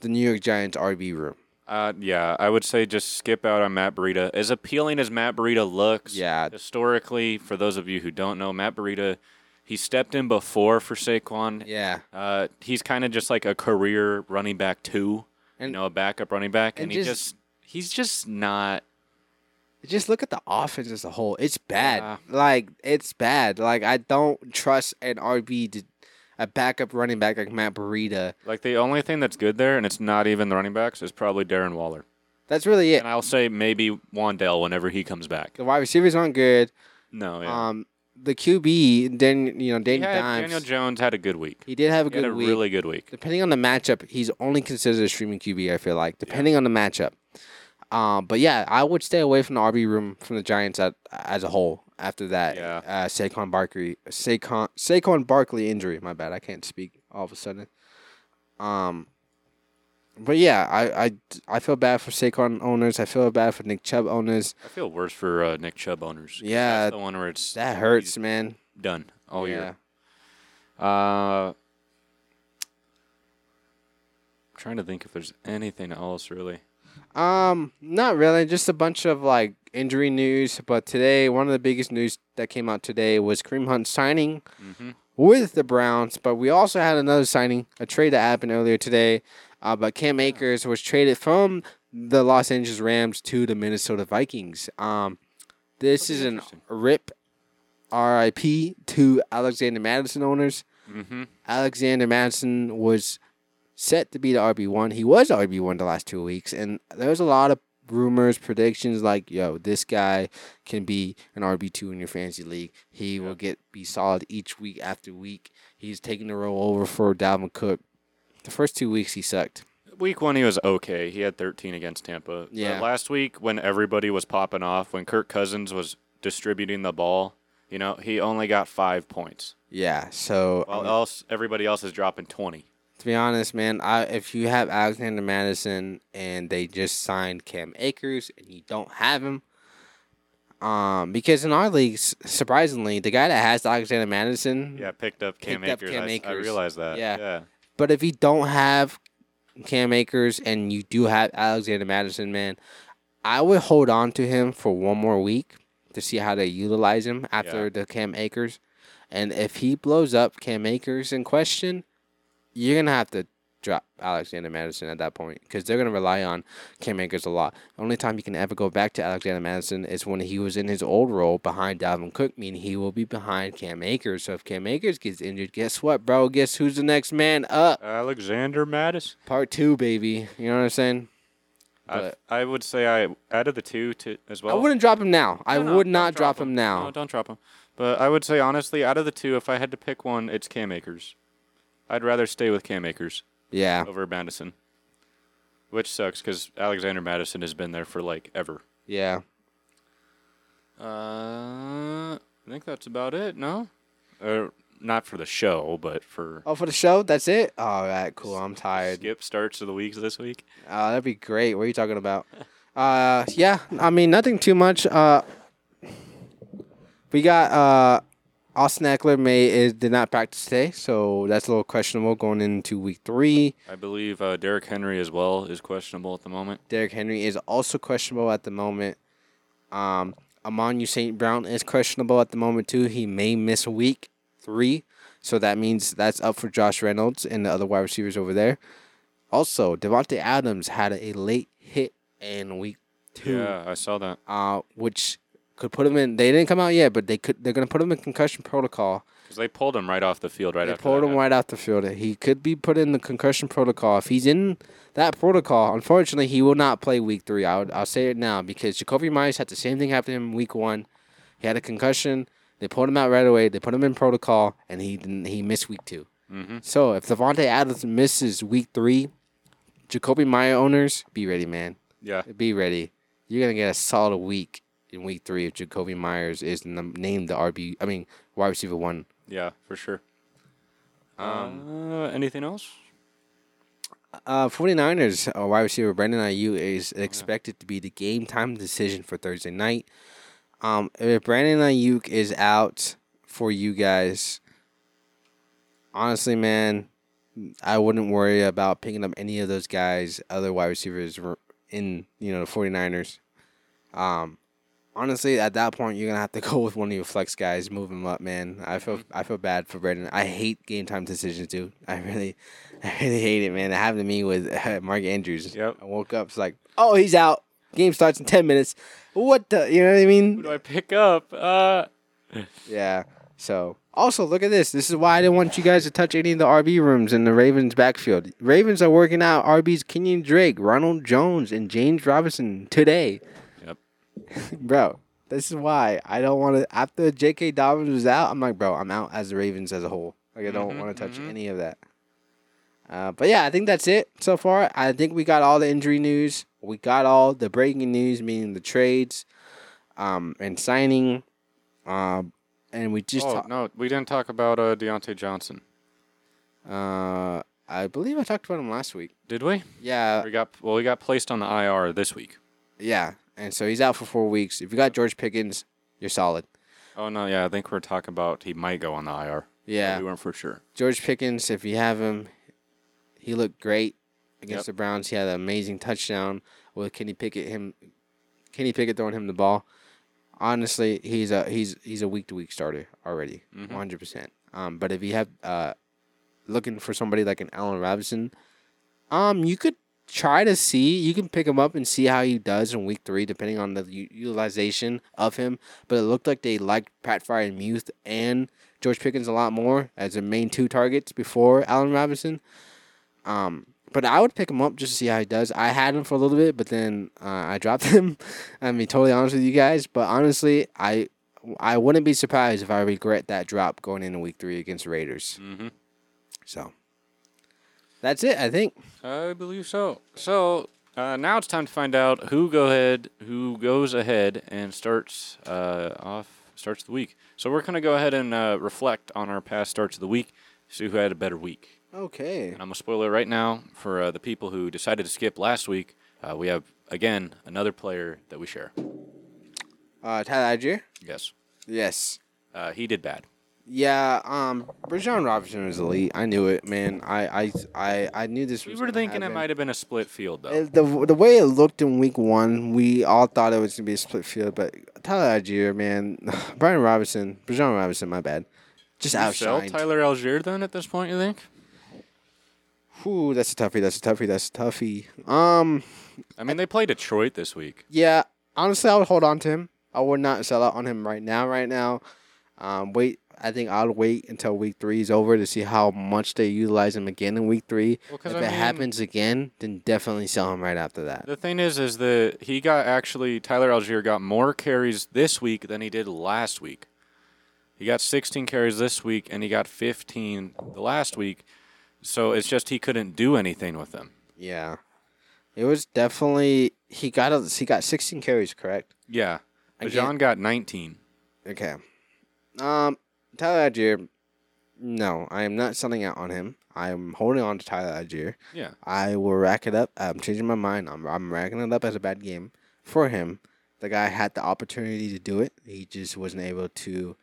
S2: the New York Giants RB room.
S1: Uh, yeah, I would say just skip out on Matt Burita. As appealing as Matt Burita looks,
S2: Yeah.
S1: historically, for those of you who don't know, Matt Burita, he stepped in before for Saquon.
S2: Yeah,
S1: Uh, he's kind of just like a career running back two,
S2: And-
S1: you know, a backup running back, and,
S2: and
S1: he just,
S2: just-
S1: he's just not.
S2: just look at the offense as a whole. It's bad.
S1: Yeah.
S2: Like it's bad. Like I don't trust an RB to a backup running back like Matt Burita.
S1: Like the only thing that's good there, and it's not even the running backs, is probably Darren Waller.
S2: That's really it.
S1: And I'll say maybe Wandell whenever he comes back.
S2: The wide receivers aren't good.
S1: No, yeah.
S2: Um, the QB, then you know,
S1: He
S2: Danny
S1: had-
S2: Dimes.
S1: Daniel Jones had a good week.
S2: he did have a
S1: He had
S2: good
S1: a
S2: week.
S1: really good week.
S2: depending on the matchup, he's only considered a streaming QB. I feel like depending on the matchup. Um, but yeah, I would stay away from the RB room from the Giants at, as a whole after that.
S1: Yeah.
S2: Uh, Saquon Barkley, Saquon Saquon Barkley injury. My bad, I can't speak all of a sudden. Um, but yeah, I I, I feel bad for Saquon owners. I feel bad for Nick Chubb owners.
S1: I feel worse for uh, Nick Chubb owners. 'cause
S2: Yeah,
S1: that's the one where it's
S2: That hurts, man.
S1: done all
S2: yeah.
S1: year. Uh, I'm trying to think if there's anything else really.
S2: Um, not really. Just a bunch of like injury news. But today, one of the biggest news that came out today was Kareem Hunt signing with the Browns. But we also had another signing, a trade that happened earlier today. Uh, but Cam Akers was traded from the Los Angeles Rams to the Minnesota Vikings. Um, this is an
S1: interesting.
S2: rip, R.I.P. to Alexander Madison owners.
S1: Mm-hmm.
S2: Alexander Madison was set to be the RB one. He was RB one the last two weeks, and there was a lot of rumors, predictions like, "Yo, this guy can be an RB two in your fantasy league. He will get be solid each week after week. He's taking the role over for Dalvin Cook." The first two weeks he sucked.
S1: Week one, he was okay. He had 13 against Tampa. But
S2: Yeah.
S1: last week, when everybody was popping off, when Kirk Cousins was distributing the ball, you know, he only got five points.
S2: Yeah, so um,
S1: While else, everybody else is dropping 20.
S2: To be honest, man, I if you have Alexander Madison and they just signed Cam Akers and you don't have him, um, because in our leagues, surprisingly, the guy that has Alexander Madison,
S1: Yeah, picked up Cam
S2: Picked up
S1: Akers.
S2: Cam
S1: I, I
S2: Akers.
S1: realized that.
S2: Yeah.
S1: yeah.
S2: but if you don't have Cam Akers and you do have Alexander Madison, man, I would hold on to him for one more week to see how they utilize him after
S1: Yeah.
S2: the Cam Akers. And if he blows up Cam Akers in question, you're going to have to drop Alexander Madison at that point because they're going to rely on Cam Akers a lot. The only time you can ever go back to Alexander Madison is when he was in his old role behind Dalvin Cook, meaning he will be behind Cam Akers. So if Cam Akers gets injured, guess what, bro? Guess who's the next man up?
S1: Alexander Mattis.
S2: Part two, baby. You know what I'm saying?
S1: I
S2: but-
S1: I would say I out of the two to as well.
S2: I wouldn't drop him now. I
S1: Oh. No, no,
S2: would
S1: don't
S2: not drop him, now.
S1: No, don't drop him. But I would say honestly, out of the two, if I had to pick one, it's Cam Akers. I'd rather stay with Cam Akers
S2: yeah,
S1: over Madison, which sucks because Alexander Madison has been there for like ever.
S2: yeah.
S1: Uh, I think that's about it. No, or Er, not for the show, but for
S2: Oh, for the show, that's it. All right, cool. I'm tired.
S1: skip starts of the weeks this week.
S2: Uh, that'd be great. What are you talking about? Uh, yeah, I mean nothing too much. Uh, we got uh, Austin Eckler may is, did not practice today, so that's a little questionable going into week three.
S1: I believe uh, Derrick Henry as well is questionable at the moment.
S2: Derrick Henry is also questionable at the moment. Um, Amon St. Brown is questionable at the moment too. He may miss week three, so that means that's up for Josh Reynolds and the other wide receivers over there. Also, Devontae Adams had a late hit in week two
S1: Yeah, I saw that.
S2: uh, which could put him in. They didn't come out yet, but they could. They're gonna put him in concussion protocol.
S1: because they pulled him right off the field right
S2: They
S1: after
S2: pulled
S1: that
S2: him
S1: happened.
S2: right out the field. He could be put in the concussion protocol. If he's in that protocol, unfortunately, he will not play week three. I would, I'll say it now because Jacoby Myers had the same thing happen to him week one. He had a concussion. They pulled him out right away. They put him in protocol, and he didn't, he missed week 2
S1: Mm-hmm.
S2: So if Devontae Adams misses week three, Jacoby Myers owners, be ready, man.
S1: Yeah,
S2: Be ready. You're gonna get a solid week in week three if Jacoby Myers is the, named the RB. I mean, wide receiver one.
S1: yeah, for sure. Um, uh, anything else?
S2: Uh, 49ers uh, wide receiver Brandon Ayuk is expected to be the game time decision for Thursday night. Um, if Brandon Ayuk is out for you guys, honestly, man, I wouldn't worry about picking up any of those guys, other wide receivers r- in you know the 49ers. Um, honestly, at that point, you're gonna have to go with one of your flex guys, move him up, man. I feel I feel bad for Brandon. I hate game time decisions, dude. I really, I really hate it, man. It happened to me with Mark Andrews.
S1: Yep.
S2: I woke up, it's like, oh, he's out. Game starts in ten minutes. What the? You know what I mean?
S1: Who do I pick up? Uh,
S2: Yeah. So also look at this. This is why I didn't want you guys to touch any of the RB rooms in the Ravens backfield. Ravens are working out RBs Kenyon Drake, Ronald Jones, and James Robinson today.
S1: Yep.
S2: bro, this is why I don't want to. After J.K. Dobbins was out, I'm like, bro, I'm out as the Ravens as a whole. Like I don't want to touch any of that. Uh, but yeah, I think that's it so far. I think we got all the injury news. We got all the breaking news, meaning the trades, um, and signing. Um, and we just
S1: oh
S2: talked.
S1: no, we didn't talk about uh, Deontay Johnson,
S2: Uh, I believe I talked about him last week.
S1: did we?
S2: Yeah,
S1: We got well, he got placed on the IR this week.
S2: yeah. And so he's out for four weeks. If you got George Pickens, you're solid.
S1: Oh no, yeah, I think we're talking about he might go on the IR.
S2: Yeah.
S1: we weren't for sure.
S2: George Pickens, if you have him, he looked great against
S1: Yep.
S2: the Browns. He had an amazing touchdown with Kenny Pickett him Kenny Pickett throwing him the ball. Honestly, he's a he's he's a week to week starter already,
S1: Mm-hmm.
S2: one hundred percent. Um, but if you have uh, looking for somebody like an Allen Robinson, um, you could try to see you can pick him up and see how he does in week three, depending on the u- utilization of him. But it looked like they liked Pat Fryer and Muth and George Pickens a lot more as their main two targets before Allen Robinson. Um, but I would pick him up just to see how he does. I had him for a little bit, but then uh, I dropped him. I mean, totally honest with you guys. But honestly, I I wouldn't be surprised if I regret that drop going into week three against Raiders.
S1: Mm-hmm.
S2: So that's it, I think.
S1: I believe so. So uh, now it's time to find out who go ahead, who goes ahead and starts uh, off starts the week. So we're gonna go ahead and uh, reflect on our past starts of the week, see who had a better week.
S2: Okay.
S1: And I'm a spoiler right now for uh, the people who decided to skip last week. Uh, we have again another player that we share.
S2: Uh, Tyler Algier.
S1: Yes,
S2: Yes.
S1: uh, he did bad.
S2: Yeah. Um, Brajan Robinson was elite. I knew it, man. I I I, I knew this.
S1: We
S2: was
S1: were
S2: gonna
S1: thinking it
S2: happen.
S1: might have been a split field though.
S2: Uh, the the way it looked in week one, we all thought it was gonna be a split field, but Tyler Algier, man, Brian Robinson, Brajan Robinson, my bad, just
S1: You sell
S2: outshined.
S1: Tyler Algier then at this point, you think?
S2: Ooh, that's a toughie. That's a toughie. That's a toughie. Um,
S1: I mean, they play Detroit this week.
S2: yeah, honestly, I would hold on to him. I would not sell out on him right now. Right now, um, wait. I think I'll wait until week three is over to see how much they utilize him again in week three.
S1: Well, 'cause
S2: if
S1: I
S2: it
S1: mean-
S2: happens again, then definitely sell him right after that.
S1: The thing is, is that he got actually Tyler Algier got more carries this week than he did last week. He got 16 carries this week, and he got 15 the last week. So it's just he couldn't do anything with them.
S2: Yeah, it was definitely he got a, he got 16 carries, correct?
S1: Yeah,
S2: I
S1: John got 19.
S2: Okay. Um, Tyler Algier. No, I am not selling out on him. I am holding on to Tyler Algier.
S1: Yeah,
S2: I will rack it up. I'm changing my mind. I'm I'm racking it up as a bad game for him. The guy had the opportunity to do it. He just wasn't able to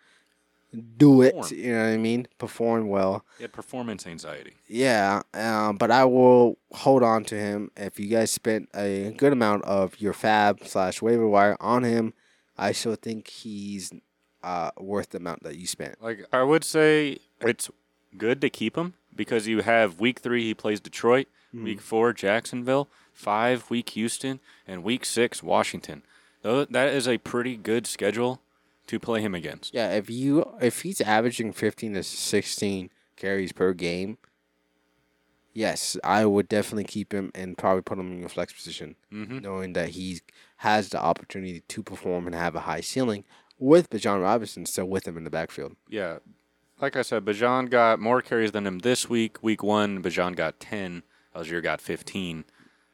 S2: do it.
S1: Perform.
S2: You know what I mean? Perform well.
S1: he had performance anxiety.
S2: Yeah, um, but I will hold on to him. If you guys spent a good amount of your fab slash waiver wire on him, I still think he's uh, worth the amount that you spent.
S1: Like I would say, it's good to keep him because you have week three he plays Detroit, week four Jacksonville, five week Houston, and week six Washington. Tho- That is a pretty good schedule to play him against.
S2: Yeah, if you if he's averaging fifteen to sixteen carries per game, yes, I would definitely keep him and probably put him in your flex position,
S1: Mm-hmm.
S2: knowing that he has the opportunity to perform and have a high ceiling with Bijan Robinson still with him in the backfield.
S1: Yeah. Like I said, Bajan got more carries than him this week. Week one, Bajan got 10. Algier got 15.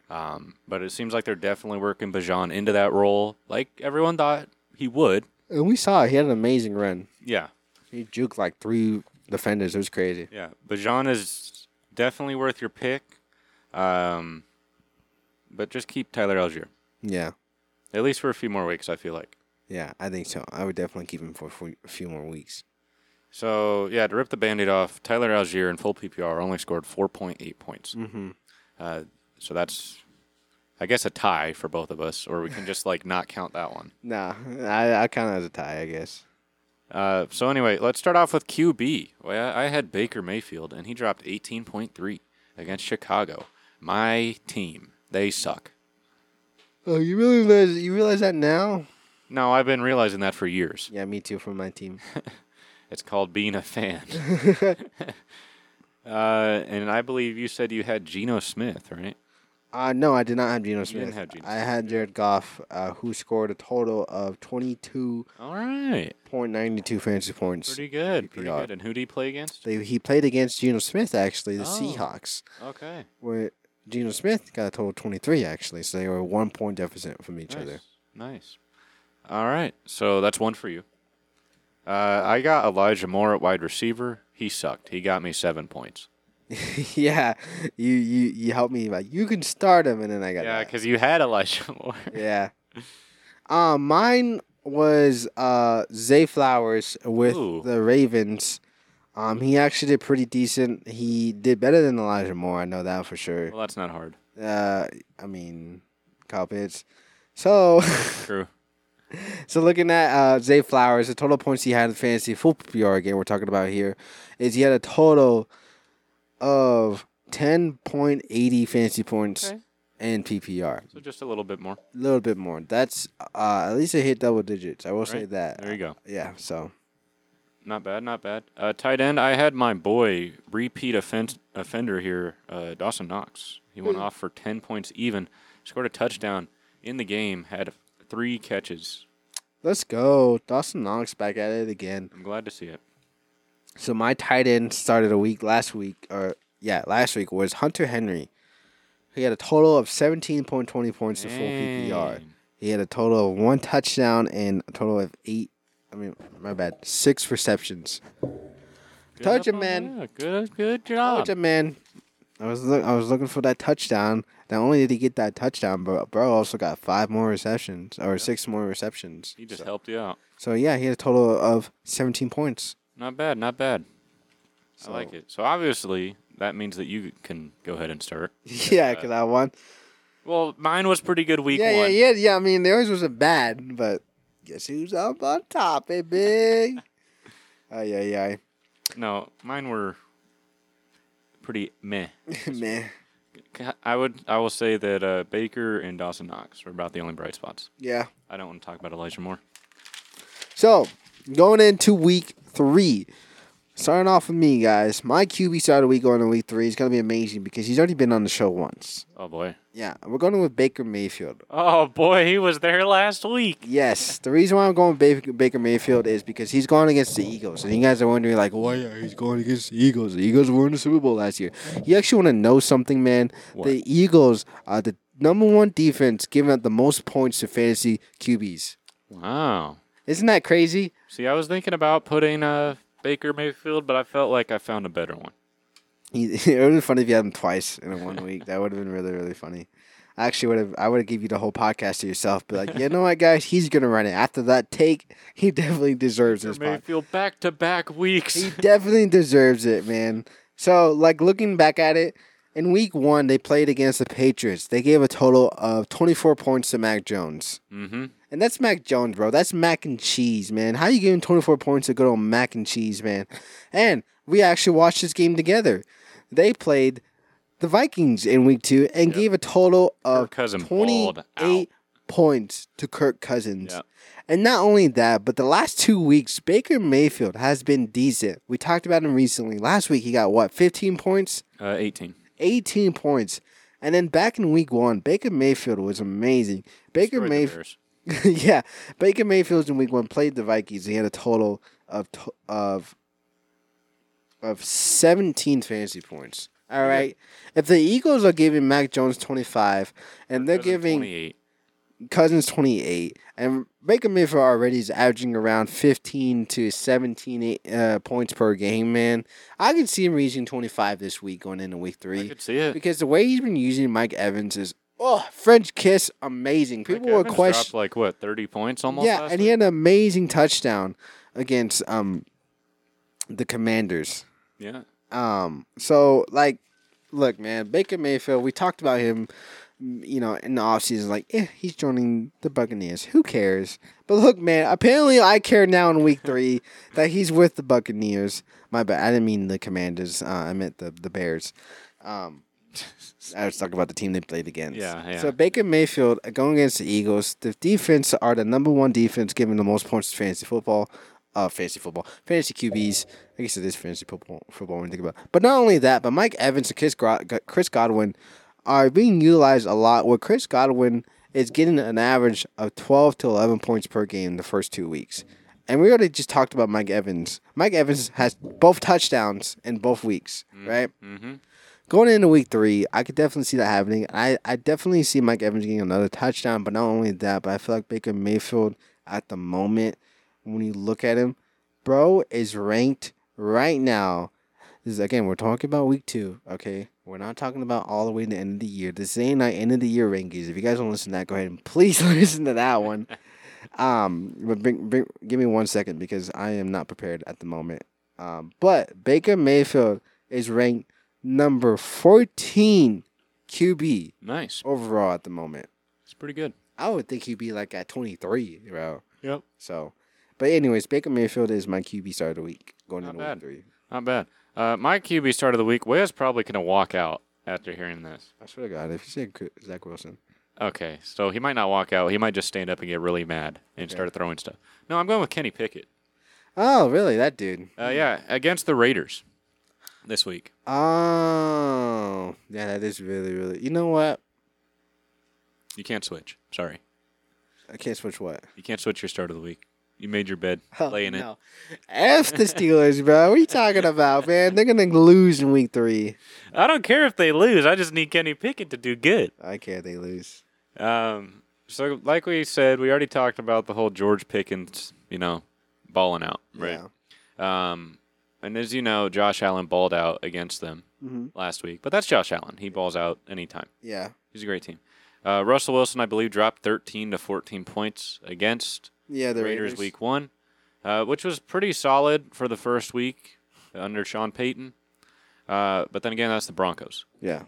S1: Um, but it seems like they're definitely working Bajan into that role, like everyone thought he would.
S2: And we saw it, he had an amazing run.
S1: Yeah.
S2: He juked like three defenders. It was crazy.
S1: Yeah, Bajan is definitely worth your pick, um, but just keep Tyler Algier
S2: Yeah.
S1: at least for a few more weeks. I feel like.
S2: Yeah, I think so. I would definitely keep him for a few- a few more weeks.
S1: So yeah, to rip the Band-Aid off, Tyler Algier in full PPR only scored 4.8 points. Mm-hmm. Uh, so that's, I guess, a tie for both of us, or we can just like not count that one.
S2: Nah, I, I count it as a tie, I guess.
S1: Uh, so anyway, let's start off with QB. Well, I I had Baker Mayfield, and he dropped 18.3 against Chicago. My team, they suck.
S2: Oh, you really realize you realize that now?
S1: No, I've been realizing that for years.
S2: Yeah, me too. From my team.
S1: It's called being a fan. uh, and I believe you said you had Geno Smith, right?
S2: Uh, no, I did not have Geno Smith.
S1: didn't have Geno
S2: I had Jared Goff, uh, who scored a total of twenty two
S1: All right.
S2: point ninety two fantasy points.
S1: Pretty good. Pretty
S2: PPR.
S1: good. And who do you play against?
S2: They, he played against Geno Smith actually, the
S1: Oh.
S2: Seahawks,
S1: Okay.
S2: where Geno Smith got a total of twenty three actually, so they were one point deficit from each
S1: Nice.
S2: other.
S1: Nice. All right. So that's one for you. Uh, I got Elijah Moore at wide receiver. He sucked. He got me seven points.
S2: yeah, you you you helped me like you can start him, and then I got
S1: Yeah,
S2: that.
S1: because you had Elijah Moore.
S2: Yeah. Um, mine was uh Zay Flowers with
S1: Ooh.
S2: the Ravens. Um, he actually did pretty decent. He did better than Elijah Moore. I know that for sure.
S1: well, that's not hard.
S2: Uh, I mean, Kyle Pitts. So,
S1: True.
S2: so looking at uh, Zay Flowers, the total points he had in the fantasy full PPR game we're talking about here is he had a total of ten point eighty fantasy points
S1: Okay.
S2: and PPR
S1: So just a little bit more.
S2: little bit more. That's uh, at least it hit double digits. I will say
S1: Right.
S2: that.
S1: There you go.
S2: Yeah. So
S1: Not bad, not bad. Uh, tight end, I had my boy repeat offense, offender here, uh, Dawson Knox. He
S2: Hmm.
S1: went off for ten points even, scored a touchdown in the game, had three catches.
S2: let's go. Dawson Knox back at it again.
S1: I'm glad to see it.
S2: So my tight end started a week last week, or yeah, last week was Hunter Henry. He had a total of seventeen point twenty points to full PPR.
S1: Dang.
S2: He had a total of one touchdown and a total of eight. I mean, my bad, six receptions.
S1: Good
S2: Told you,
S1: up on
S2: man.
S1: that. Good, good
S2: Oh,
S1: job.
S2: man. I was look, I was looking for that touchdown. Not only did he get that touchdown, but bro also got five more receptions or six more receptions.
S1: He just
S2: so,
S1: helped you out.
S2: so yeah, he had a total of seventeen points.
S1: Not bad, not bad.
S2: So,
S1: I like it. So obviously that means that you can go ahead and start.
S2: Yeah, because I won.
S1: Well, mine was pretty good week
S2: Yeah, yeah,
S1: one.
S2: yeah, yeah. I mean, theirs wasn't bad, but guess who's up on top, eh, big? Oh yeah, yeah,
S1: No, mine were pretty meh.
S2: man.
S1: Ca- I would I will say that uh, Baker and Dawson Knox were about the only bright spots.
S2: Yeah.
S1: I don't want to talk about Elijah Moore.
S2: So, going into week three, starting off with me, guys. My QB start of week going into week three is going to be amazing because he's already been on the show once.
S1: Oh boy.
S2: Yeah, we're going with Baker Mayfield.
S1: Oh boy, he was there last week.
S2: Yes, the reason why I'm going Baker, Baker Mayfield is because he's going against the Eagles. And you guys are wondering, like, why are he's going against the Eagles? The Eagles were in the Super Bowl last year. You actually want to know something, man?
S1: What?
S2: The Eagles are the number one defense giving up the most points to fantasy QBs.
S1: Wow.
S2: Isn't that crazy?
S1: See, I was thinking about putting uh, Baker Mayfield, but I felt like I found a better one.
S2: He- it would have been funny if you had him twice in a one week. That would have been really, really funny. I actually would have. I would have give you the whole podcast to yourself. Be like, you know what, guys, he's gonna run it after that take. He definitely deserves this.
S1: Baker
S2: Pod.
S1: Mayfield back to back weeks.
S2: He definitely deserves it, man. So, like looking back at it, in week one they played against the Patriots. They gave a total of twenty four points to Mac Jones,
S1: mm-hmm.
S2: and that's Mac Jones, bro. That's mac and cheese, man. How you giving twenty four points to good old mac and cheese, man? And we actually watched this game together. They played the Vikings in week two and gave a total of
S1: Kirk Cousins
S2: twenty
S1: balled out.
S2: eight points to Kirk Cousins.
S1: Yeah.
S2: And not only that, but the last two weeks, Baker Mayfield has been decent. We talked about him recently. Last week, he got what, 15 points?
S1: Uh, 18.
S2: 18 points. And then back in week one, Baker Mayfield was amazing. Baker
S1: Destroyed the
S2: Mayfield.
S1: Bears.
S2: yeah, Baker Mayfield in Week One played the Vikings. He had a total of to- of of seventeen fantasy points. All right, if the Eagles are giving Mac Jones twenty five, and they're
S1: Cousins
S2: giving
S1: 28.
S2: Cousins twenty eight, and Baker Mayfield already is averaging around fifteen to seventeen uh, points per game. Man, I could see him reaching twenty five this week going into Week
S1: I
S2: three
S1: could see it.
S2: because the way he's been using Mike Evans is oh French kiss amazing. People
S1: Mike
S2: were
S1: Evans
S2: questioning.
S1: dropped like what 30 points almost.
S2: Yeah,
S1: last
S2: and he
S1: week?
S2: had an amazing touchdown against um the Commanders.
S1: yeah.
S2: Um, so like, look, man, Baker Mayfield. We talked about him, m- you know, in the offseason, like eh, he's joining the Buccaneers. Who cares? But look, man, apparently I care now in Week Three that he's with the Buccaneers. My bad, I didn't mean the Commanders. Uh, I meant the the Bears. Um, I was talking about the team they played against.
S1: Yeah, yeah.
S2: So Baker Mayfield uh, going against the Eagles, the defense are the number one defense giving the most points to fantasy football. Uh, fantasy football, fantasy QBs. I guess it is fantasy football. Football when you think about. It. But not only that, but Mike Evans and Chris, Gro- Chris Godwin are being utilized a lot. Where Chris Godwin is getting an average of twelve to eleven points per game the first two weeks. And we already just talked about Mike Evans. Mike Evans has both touchdowns in both weeks, right?
S1: Mm-hmm.
S2: going into week three, I could definitely see that happening. I, I definitely see Mike Evans getting another touchdown, but not only that, but I feel like Baker Mayfield at the moment, when you look at him, bro is ranked right now. This is again, we're talking about week two, okay? We're not talking about all the way to the end of the year. This ain't our end of the year rankings. If you guys don't listen to that, go ahead and please listen to that one. Um, but bring, bring, give me one second because I am not prepared at the moment. Um, but Baker Mayfield is ranked number 14 QB
S1: Nice.
S2: overall at the moment.
S1: It's pretty good.
S2: I would think he'd be like at 23, bro.
S1: Yep.
S2: So, but anyways, Baker Mayfield is my QB start of the week going
S1: Not
S2: into
S1: bad.
S2: week three.
S1: Not bad. Uh, my QB start of the week. Wes probably gonna walk out after hearing this.
S2: I swear to God, if you said Cr- Zach Wilson,
S1: Okay, so he might not walk out. He might just stand up and get really mad and start throwing stuff. No, I'm going with Kenny Pickett.
S2: oh really, that dude?
S1: Uh, yeah, against the Raiders this week.
S2: Oh, yeah, that is really really. You know what?
S1: You can't switch. Sorry,
S2: I can't switch what.
S1: you can't switch your start of the week. You made your bed, laying it.
S2: Oh, No. F the Steelers, bro. What are you talking about, man? They're gonna lose in week three.
S1: I don't care if they lose. I just need Kenny Pickett to do good.
S2: I care they lose.
S1: Um, so, like we said, we already talked about the whole George Pickens, you know, balling out.
S2: Yeah.
S1: Um, and as you know, Josh Allen balled out against them
S2: Mhm.
S1: last week. But that's Josh Allen. He balls out anytime.
S2: Yeah.
S1: He's a great team. Uh, Russell Wilson, I believe, dropped 13 to 14 points against
S2: Yeah. The
S1: the Raiders, week one, uh, which was pretty solid for the first week under Sean Payton. Uh, but then again, that's the Broncos.
S2: Yeah.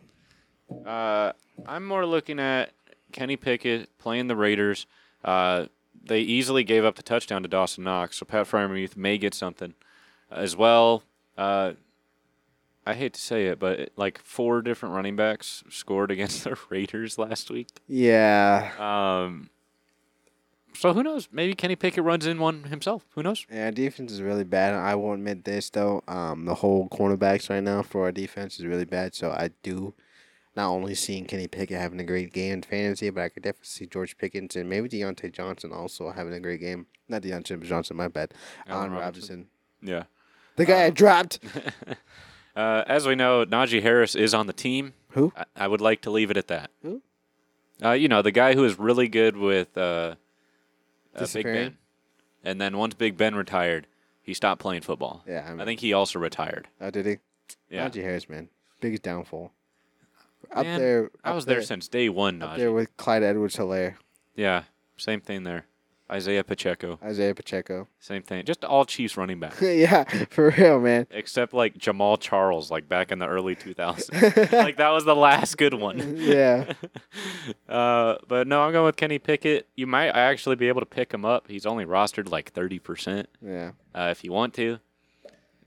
S1: Uh, I'm more looking at Kenny Pickett playing the Raiders. Uh, they easily gave up the touchdown to Dawson Knox, so Pat Fryermuth may get something as well. Uh, I hate to say it, but like four different running backs scored against the Raiders last week.
S2: Yeah.
S1: Um, so who knows? Maybe Kenny Pickett runs in one himself. Who knows?
S2: Yeah, our defense is really bad. and I will admit this though. Um, the whole cornerbacks right now for our defense is really bad. So I do not only seeing Kenny Pickett having a great game in fantasy, but I could definitely see George Pickens and maybe Deontay Johnson also having a great game. Not Deontay Johnson, my bad.
S1: Allen
S2: Allen Robinson.
S1: Robinson. Um, Yeah.
S2: The guy I dropped.
S1: Uh, as we know, Najee Harris is on the team.
S2: Who?
S1: I, I would like to leave it at that.
S2: Who?
S1: Uh, you know, the guy who is really good with uh, uh, Big
S2: Disappearing?
S1: Ben. And then once Big Ben retired, he stopped playing football.
S2: Yeah, I, mean,
S1: I think he also retired.
S2: Oh, did he?
S1: Yeah.
S2: Najee Harris, man, biggest downfall. Up
S1: Man,
S2: there.
S1: I
S2: up
S1: was there,
S2: there,
S1: since day one,
S2: up
S1: Najee.
S2: there with Clyde Edwards-Hilaire,
S1: Yeah. Same thing there. Isaiah Pacheco.
S2: Isaiah Pacheco.
S1: Same thing. Just all Chiefs running back.
S2: yeah, for real, man.
S1: Except like Jamal Charles, like back in the early 2000s. like that was the last good one.
S2: Yeah.
S1: Uh, but no, I'm going with Kenny Pickett. You might actually be able to pick him up. He's only rostered like 30%
S2: Yeah.
S1: uh, if you want to.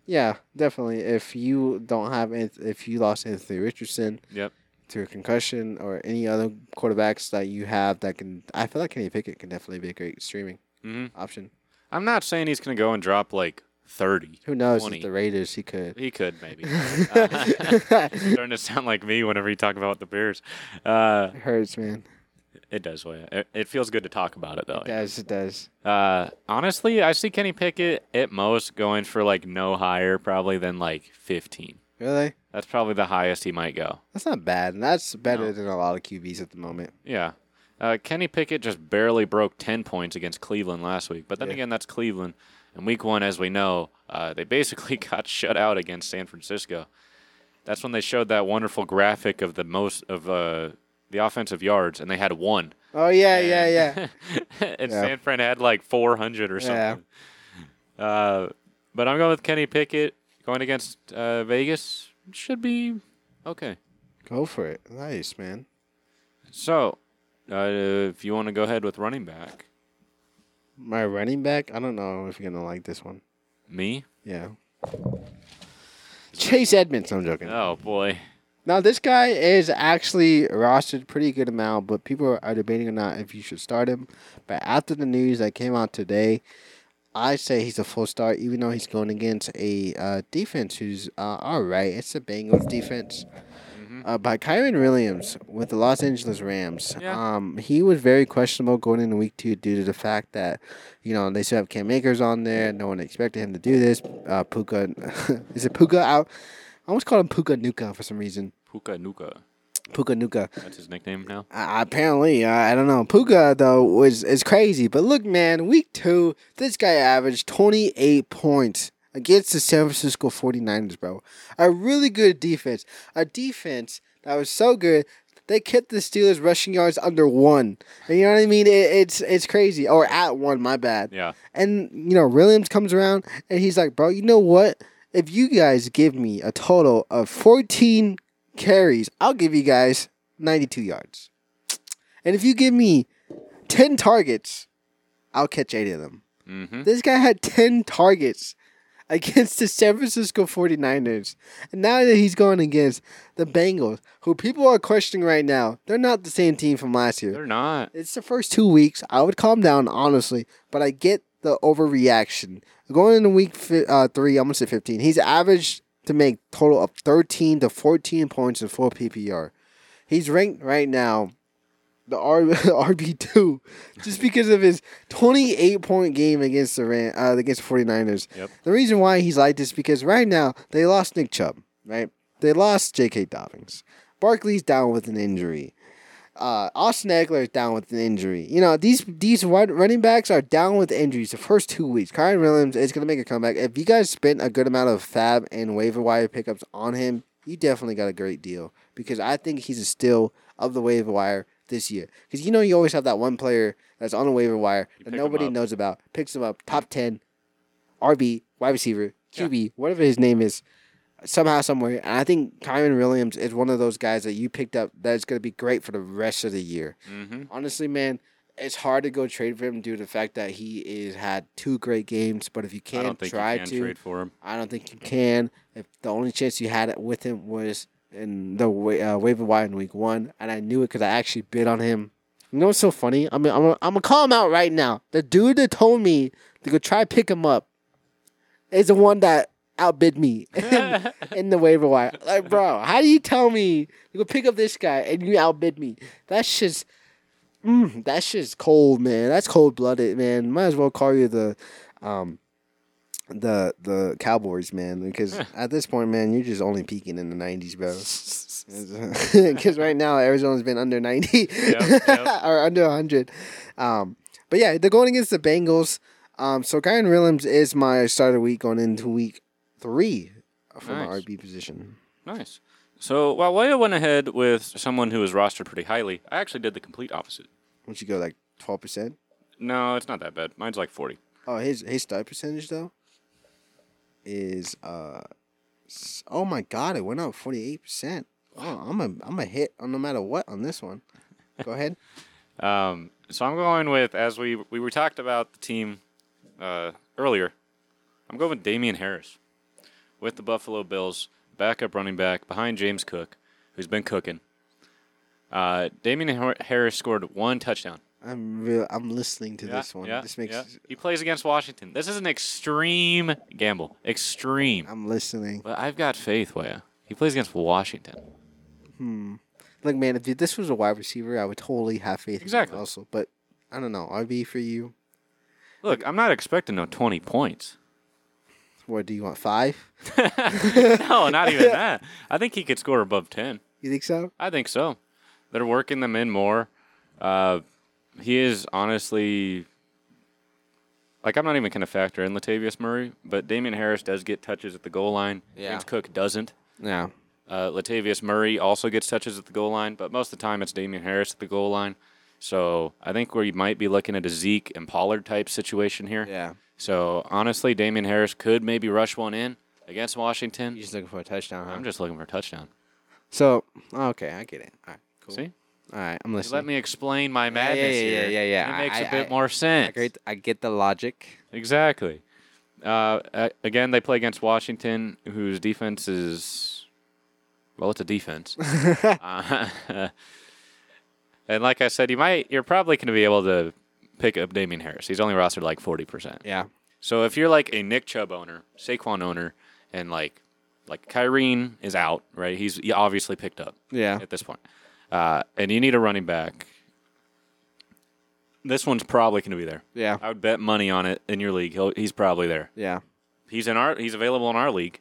S2: Yeah, definitely. If you don't have Anth- if you lost Anthony Richardson
S1: Yep.
S2: to a concussion or any other quarterbacks that you have that can. I feel like Kenny Pickett can definitely be a great streaming
S1: Mhm.
S2: option.
S1: I'm not saying he's going to go and drop like 30.
S2: Who knows?
S1: 20.
S2: With the Raiders, he could.
S1: He could maybe. Uh, starting to sound like me whenever you talk about the Bears. Uh,
S2: It hurts, man.
S1: it does. Way. It, it feels good to talk about it though.
S2: It does. It does.
S1: Uh, honestly, I see Kenny Pickett at most going for like no higher probably than like 15.
S2: Really?
S1: That's probably the highest he might go.
S2: That's not bad. And that's better
S1: No.
S2: than a lot of QBs at the moment.
S1: Yeah. Uh, Kenny Pickett just barely broke 10 points against Cleveland last week. But then
S2: Yeah.
S1: again, that's Cleveland. And week one, as we know, uh, they basically got shut out against San Francisco. That's when they showed that wonderful graphic of the most of uh, the offensive yards, and they had one.
S2: Oh yeah, yeah, yeah.
S1: and
S2: Yeah.
S1: San Fran had like 400 or
S2: Yeah.
S1: something. Uh, but I'm going with Kenny Pickett going against uh, Vegas. Should be okay.
S2: Go for it. Nice, man.
S1: So, uh, if you want to go ahead with running back,
S2: My running back. I don't know if you're gonna like this one.
S1: me.
S2: Yeah. Chase Edmonds. I'm joking.
S1: Oh boy.
S2: Now this guy is actually rostered pretty good amount, but people are debating or not if you should start him. But after the news that came out today, I say he's a full start, even though he's going against a uh, defense who's uh, all right. It's the Bengals defense. Uh, by Kyron Williams with the Los Angeles Rams.
S1: Yeah.
S2: Um, he was very questionable going into week two due to the fact that, you know, they still have Cam Akers on there. No one expected him to do this. Uh, Puka, is it Puka out? I almost called him Puka Nuka for some reason.
S1: Puka Nuka.
S2: Puka Nuka.
S1: That's his nickname now.
S2: Uh, apparently, uh, I don't know. Puka though was is crazy. But look, man, week two, this guy averaged twenty eight points against the San Francisco 49ers, bro. A really good defense. A defense that was so good. They kept the Steelers rushing yards under one. And you know what I mean? It, it's it's crazy. Or at one, my bad.
S1: Yeah.
S2: And you know, Williams comes around and he's like, "Bro, you know what? If you guys give me a total of 14 carries, I'll give you guys 92 yards. And if you give me 10 targets, I'll catch 8 of them."
S1: Mm-hmm.
S2: This guy had 10 targets against the San Francisco 49ers. And now that he's going against the Bengals, who people are questioning right now, they're not the same team from last year.
S1: They're not.
S2: It's the first two weeks. I would calm down, honestly, but I get the overreaction. Going into week fi- uh, three, I'm going to say 15. He's averaged to make total of 13 to 14 points in full PPR. He's ranked right now the R- RB2 just because of his 28 point game against the Ram- uh, against the 49ers.
S1: Yep.
S2: The reason why he's like this is because right now they lost Nick Chubb, right? They lost J.K. Dobbins. Barkley's down with an injury. Uh, Austin Eckler is down with an injury. You know these these wide running backs are down with injuries the first two weeks. Kyron Williams is gonna make a comeback. If you guys spent a good amount of fab and waiver wire pickups on him, you definitely got a great deal because I think he's a steal of the waiver wire this year. Because you know you always have that one player that's on the waiver wire
S1: You
S2: that
S1: pick him
S2: nobody
S1: up.
S2: knows about, picks him up, top ten, RB, wide receiver, QB, whatever his name is, somehow, somewhere. And I think Kyron Williams is one of those guys that you picked up that is going to be great for the rest of the year.
S1: Mm-hmm.
S2: Honestly, man, it's hard to go trade for him due to the fact that he is had two great games. But if you
S1: I
S2: can
S1: don't think
S2: try
S1: you can
S2: to,
S1: trade for him.
S2: I don't think you can. If the only chance you had with him was in the wa- uh, waiver wire in week one, and I knew it because I actually bid on him. You know what's so funny? I mean, I'm gonna- I'm gonna call him out right now. The dude that told me to go try pick him up is the one that outbid me in, in the waiver wire. Like, bro, how do you tell me to go pick up this guy and you outbid me? That's just. Mm, that's just cold, man. That's cold blooded, man. Might as well call you the, um, the the Cowboys, man, because at this point, man, you're just only peaking in the '90s, bro. Because right now, Arizona's been under 90
S1: Yep, yep.
S2: or under 100. Um, but yeah, they're going against the Bengals. Um, so Kyron Williams is my start of the week going into week three from
S1: Nice.
S2: the RB position.
S1: Nice. So while Leia went ahead with someone who was rostered pretty highly, I actually did the complete opposite.
S2: Once you go like 12%.
S1: No, it's not that bad. Mine's like 40.
S2: Oh, his his start percentage though is uh s- oh my god, it went up forty eight percent. Oh, I'm a I'm a hit on no matter what on this one. Go ahead.
S1: Um, so I'm going with as we we were talked about the team uh, earlier. I'm going with Damian Harris with the Buffalo Bills, backup running back behind James Cook, who's been cooking. Uh, Damien Har- Harris scored one touchdown.
S3: I'm real. I'm listening to
S1: Yeah,
S3: this one.
S1: yeah,
S3: this makes.
S1: yeah. He plays against Washington. This is an extreme gamble. Extreme.
S3: I'm listening.
S1: But I've got faith, Waya. He plays against Washington.
S3: Look, man, if this was a wide receiver, I would totally have faith.
S1: Exactly.
S3: In him also, but I don't know. RB for you.
S1: Look, I'm not expecting no 20 points.
S3: What do you want? Five?
S1: no, not even that. I think he could score above 10.
S3: You think so?
S1: I think so. They're working them in more. Uh, he is honestly like I'm not even gonna factor in Latavius Murray, but Damian Harris does get touches at the goal line.
S2: Yeah.
S1: James Cook doesn't.
S2: Yeah.
S1: Uh, Latavius Murray also gets touches at the goal line, but most of the time it's Damian Harris at the goal line. So I think we might be looking at a Zeke and Pollard type situation here.
S2: Yeah.
S1: So honestly, Damian Harris could maybe rush one in against Washington.
S2: You're just looking for a touchdown, huh?
S1: I'm just looking for a touchdown.
S2: so, okay, I get it. All right, cool.
S1: See,
S2: All right, I'm
S1: You
S2: listening.
S1: let me explain my madness
S2: yeah, yeah,
S1: here.
S2: yeah, yeah.
S1: It makes a
S2: I-
S1: bit
S2: I-
S1: more sense.
S2: I, get, I get the logic.
S1: Exactly. Uh, a- again, they play against Washington, whose defense is well, it's a defense. uh, and like I said, you might you're probably going to be able to pick up Damien Harris. He's only rostered like forty percent.
S2: Yeah.
S1: So if you're like a Nick Chubb owner, Saquon owner, and like like Kyrene is out, right? He's obviously picked up
S2: Yeah.
S1: at this point. Uh, and you need a running back. This one's probably going to be there.
S2: Yeah.
S1: I would bet money on it in your league. He'll, he's probably there.
S2: Yeah.
S1: He's in our. He's available in our league.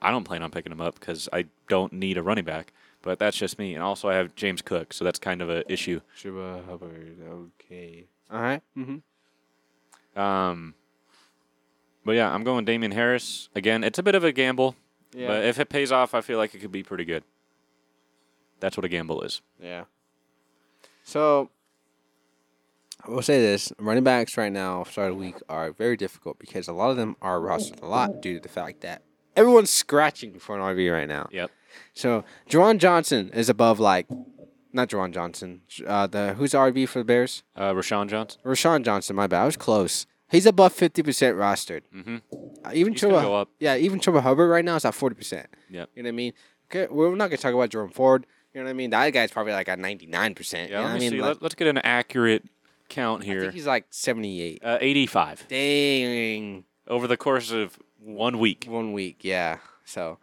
S1: I don't plan on picking him up because I don't need a running back. But that's just me. And also, I have James Cook, so that's kind of an issue.
S2: Chuba Hubbard. Okay. All right. Mm-hmm.
S1: Um, but yeah, I'm going Damian Harris again. It's a bit of a gamble,
S2: Yeah.
S1: but if it pays off, I feel like it could be pretty good. That's what a gamble is.
S2: yeah. So, I will say this: running backs right now, start of the week, are very difficult because a lot of them are rostered a lot due to the fact that everyone's scratching for an RB right now.
S1: Yep.
S2: So, Jaron Johnson is above like, not Jaron Johnson. Uh, the who's the RB for the Bears?
S1: Uh, Rashawn Johnson.
S2: Rashawn Johnson, my bad. I was close. He's above fifty percent rostered.
S1: Mhm.
S2: Uh, even
S1: He's gonna
S2: Chuba,
S1: go up.
S2: yeah, even Chuba Hubbard right now is at forty percent.
S1: Yep.
S2: You know what I mean? Okay, we're not gonna talk about Jerome Ford. You know what I mean? That guy's probably like at ninety nine percent.
S1: Yeah.
S2: you know
S1: Let
S2: what
S1: me
S2: I mean?
S1: see.
S2: Like,
S1: Let, us get an accurate count
S2: I
S1: here.
S2: think he's like seventy eight.
S1: uh, 85
S2: Dang,
S1: over the course of one week,
S2: one week, yeah. So,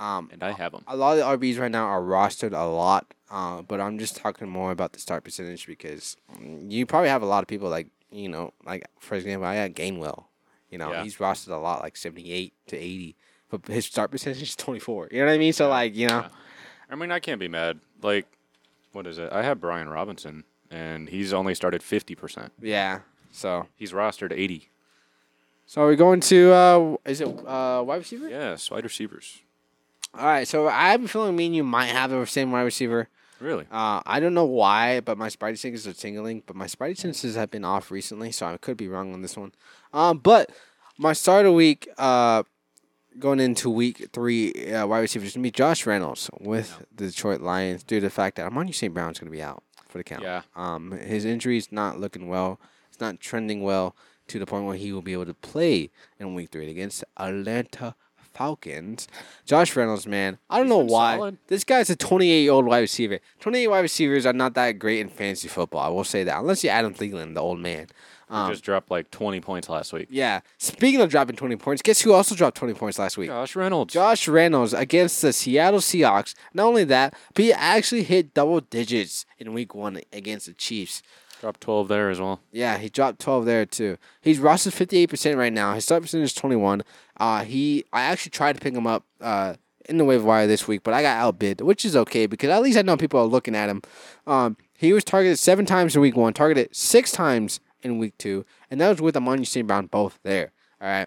S2: um,
S1: and I have him.
S2: a lot of the RBs right now are rostered a lot. Uh, but I'm just talking more about the start percentage because mm, you probably have a lot of people like you know, like for example, I got Gainwell. You know,
S1: Yeah.
S2: he's rostered a lot, like 78 to 80, but his start percentage is 24. You know what I mean? So like, you know,
S1: I mean, I can't be mad. Like, what is it? I have Brian Robinson, and he's only started 50%.
S2: yeah. So,
S1: He's rostered 80.
S2: so are we going to uh, is it uh wide receiver?
S1: Yes, wide receivers.
S2: All right. So I have a feeling me and you might have the same wide receiver.
S1: Really?
S2: Uh, I don't know why, but my Spidey senses are tingling. But my Spidey senses have been off recently, so I could be wrong on this one. Um, but my start of week, uh, going into week three, uh, wide receiver is gonna be Josh Reynolds with the Detroit Lions due to the fact that Amani St. Brown's gonna be out for the count.
S1: Yeah.
S2: Um, his injury's not looking well. It's not trending well to the point where he will be able to play in week three against Atlanta. Falcons, Josh Reynolds, man, I don't know
S1: been
S2: why
S1: solid.
S2: this guy's a 28 year old wide receiver. 28 wide receivers are not that great in fantasy football. I will say that, unless you're Adam Thielen, the old man.
S1: he
S2: Um,
S1: just dropped like 20 points last week.
S2: yeah. Speaking of dropping 20 points, guess who also dropped 20 points last week?
S1: Josh Reynolds.
S2: Josh Reynolds against the Seattle Seahawks. Not only that, but he actually hit double digits in week one against the Chiefs.
S1: dropped 12 there as well.
S2: Yeah, he dropped 12 there too. He's rostered 58% right now. His start percentage is 21. Uh, he I actually tried to pick him up uh, in the waiver wire this week, but I got outbid, which is okay because at least I know people are looking at him. Um, he was targeted seven times in week one, targeted six times in week two, and that was with Amon St. Brown both there. All right.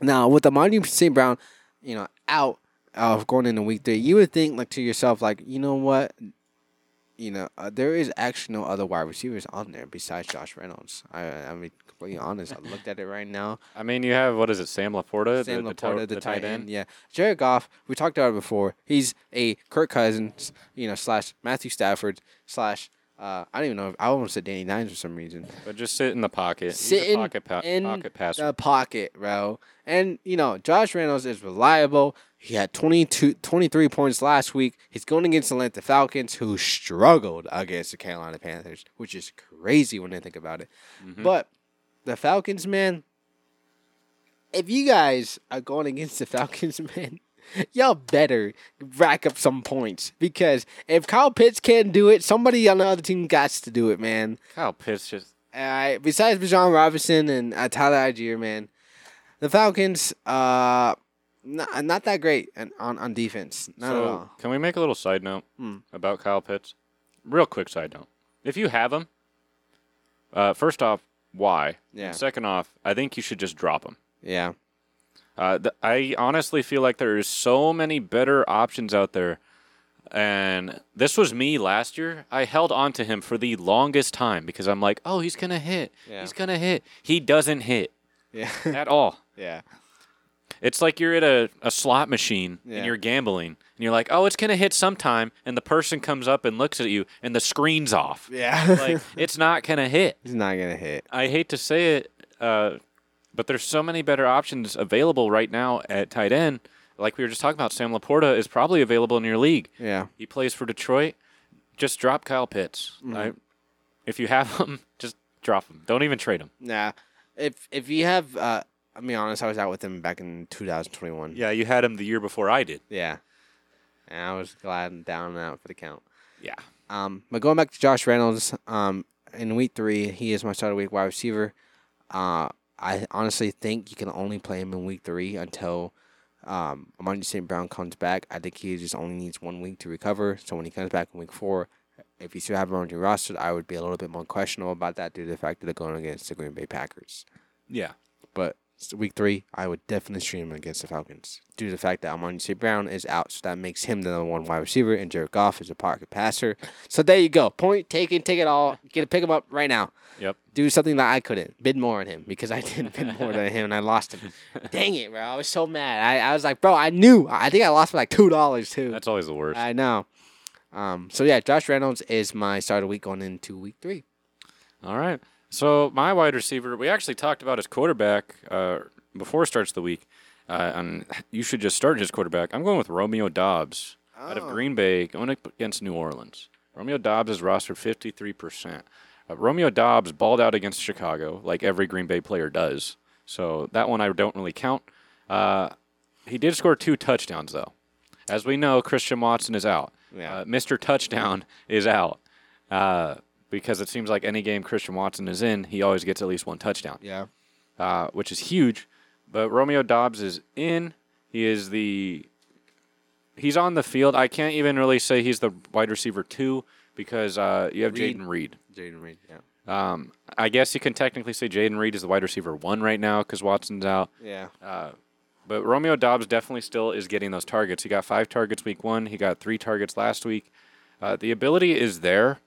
S2: Now, with Amon St. Brown, you know, out of going into week three, you would think like to yourself, like, you know what? you know, uh, there is actually no other wide receivers on there besides Josh Reynolds. I, I mean, completely honest. I looked at it right now.
S1: I mean, you have, what is it, Sam Laporta?
S2: Sam
S1: the,
S2: Laporta,
S1: the,
S2: the,
S1: the
S2: tight end. Yeah, Jared Goff. We talked about it before. He's a Kirk Cousins, you know, slash Matthew Stafford slash. uh, Uh, I don't even know. If, I almost said Danny Nines for some reason.
S1: But just sit in the pocket. He's a
S2: Sit in-
S1: pocket pa-
S2: in
S1: pocket passer.
S2: The pocket, bro. And, you know, Josh Reynolds is reliable. He had 22, 23 points last week. He's going against the Atlanta Falcons, who struggled against the Carolina Panthers, which is crazy when they think about it.
S1: Mm-hmm.
S2: But the Falcons, man, if you guys are going against the Falcons, man, y'all better rack up some points because if Kyle Pitts can't do it, somebody on the other team got to do it, man.
S1: Kyle Pitts just
S2: Uh, besides Bijan Robinson and uh, Tyler Algier, man, the Falcons, uh, not, not that great on, on, on defense. Not at
S1: so,
S2: all. Hmm.
S1: can we make a little side note about Kyle Pitts? Real quick side note. If you have him, uh, first off, why?
S2: Yeah.
S1: And second off, I think you should just drop him.
S2: Yeah.
S1: Uh, th- I honestly feel like there is so many better options out there. And this was me last year. I held on to him for the longest time because I'm like, oh, he's going to hit.
S2: Yeah.
S1: He's going to hit. He doesn't hit
S2: Yeah.
S1: at all.
S2: yeah.
S1: It's like you're at a, a slot machine
S2: Yeah.
S1: and you're gambling and you're like, oh, it's going to hit sometime. And the person comes up and looks at you and the screen's off.
S2: Yeah.
S1: Like, it's not going to hit.
S2: He's not going to hit.
S1: I hate to say it, uh, but there's so many better options available right now at tight end. Like we were just talking about, Sam Laporta is probably available in your league.
S2: Yeah.
S1: He plays for Detroit. Just drop Kyle Pitts.
S2: Mm-hmm.
S1: I, if you have him, just drop him. Don't even trade him.
S2: Nah. If if you have, uh, I mean, honest, I was out with him back in 2021.
S1: Yeah, you had him the year before I did.
S2: Yeah. And I was glad and down and out for the count.
S1: Yeah.
S2: Um, but going back to Josh Reynolds, um, in week three, he is my start of week wide receiver. Uh, I honestly think you can only play him in week three until um, Amon St. Brown comes back. I think he just only needs one week to recover. So when he comes back in week four, if you still have him on your roster, I would be a little bit more questionable about that due to the fact that they're going against the Green Bay Packers.
S1: Yeah.
S2: But it's week three, I would definitely stream him against the Falcons due to the fact that Amon St. Brown is out. So that makes him the number one wide receiver, and Jared Goff is a pocket passer. So there you go. Point taken. Take it all. Get a pick him up right now.
S1: Yep.
S2: Do something that I couldn't. Bid more on him because I didn't bid more than him and I lost him. Dang it, bro. I was so mad. I, I was like, bro, I knew. I think I lost by like $2 too.
S1: That's always the worst.
S2: I know. Um, so yeah, Josh Reynolds is my start of the week going into week three.
S1: All right. So my wide receiver, we actually talked about his quarterback uh, before starts of the week, uh, and you should just start his quarterback. I'm going with Romeo Dobbs out of Green Bay, going up against New Orleans. Romeo Dobbs is rostered 53 percent. Uh, Romeo Dobbs balled out against Chicago, like every Green Bay player does. So that one I don't really count. Uh, he did score two touchdowns though. As we know, Christian Watson is out.
S2: Yeah.
S1: Uh, Mr. Touchdown is out uh, because it seems like any game Christian Watson is in, he always gets at least one touchdown,
S2: Yeah.
S1: uh, which is huge. But Romeo Dobbs is in. He is the. He's on the field. I can't even really say he's the wide receiver two because uh, you have
S2: Reed.
S1: Jaden Reed.
S2: Jaden Reed. Yeah.
S1: Um, I guess you can technically say Jaden Reed is the wide receiver one right now because Watson's out.
S2: Yeah.
S1: Uh, But Romeo Dobbs definitely still is getting those targets. He got five targets week one. He got three targets last week. Uh, the ability is there,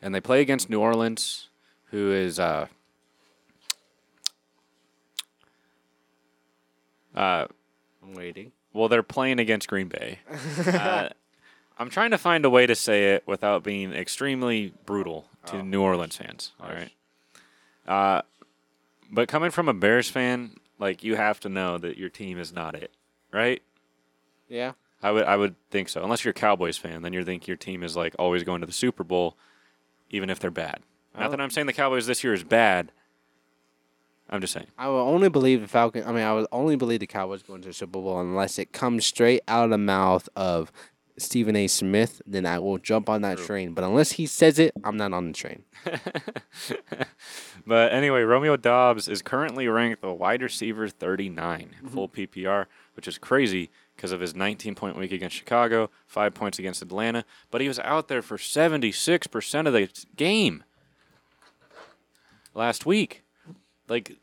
S1: and they play against New Orleans, who is uh,
S2: I'm waiting.
S1: well, they're playing against Green Bay. Uh, I'm trying to find a way to say it without being extremely brutal to New Orleans fans. All right. Uh, but coming from a Bears fan, like you have to know that your team is not it, right?
S2: Yeah.
S1: I would I would think so. Unless you're a Cowboys fan, then you think your team is like always going to the Super Bowl, even if they're bad. Not that I'm saying the Cowboys this year is bad. I'm just saying.
S2: I will only believe the Falcon. I mean, I will only believe the Cowboys going to the Super Bowl unless it comes straight out of the mouth of Stephen A. Smith. Then I will jump on that train. But unless he says it, I'm not on the train.
S1: But anyway, Romeo Dobbs is currently ranked the wide receiver 39 in full PPR, which is crazy because of his 19 point week against Chicago, five points against Atlanta. But he was out there for 76% of the game last week. Like,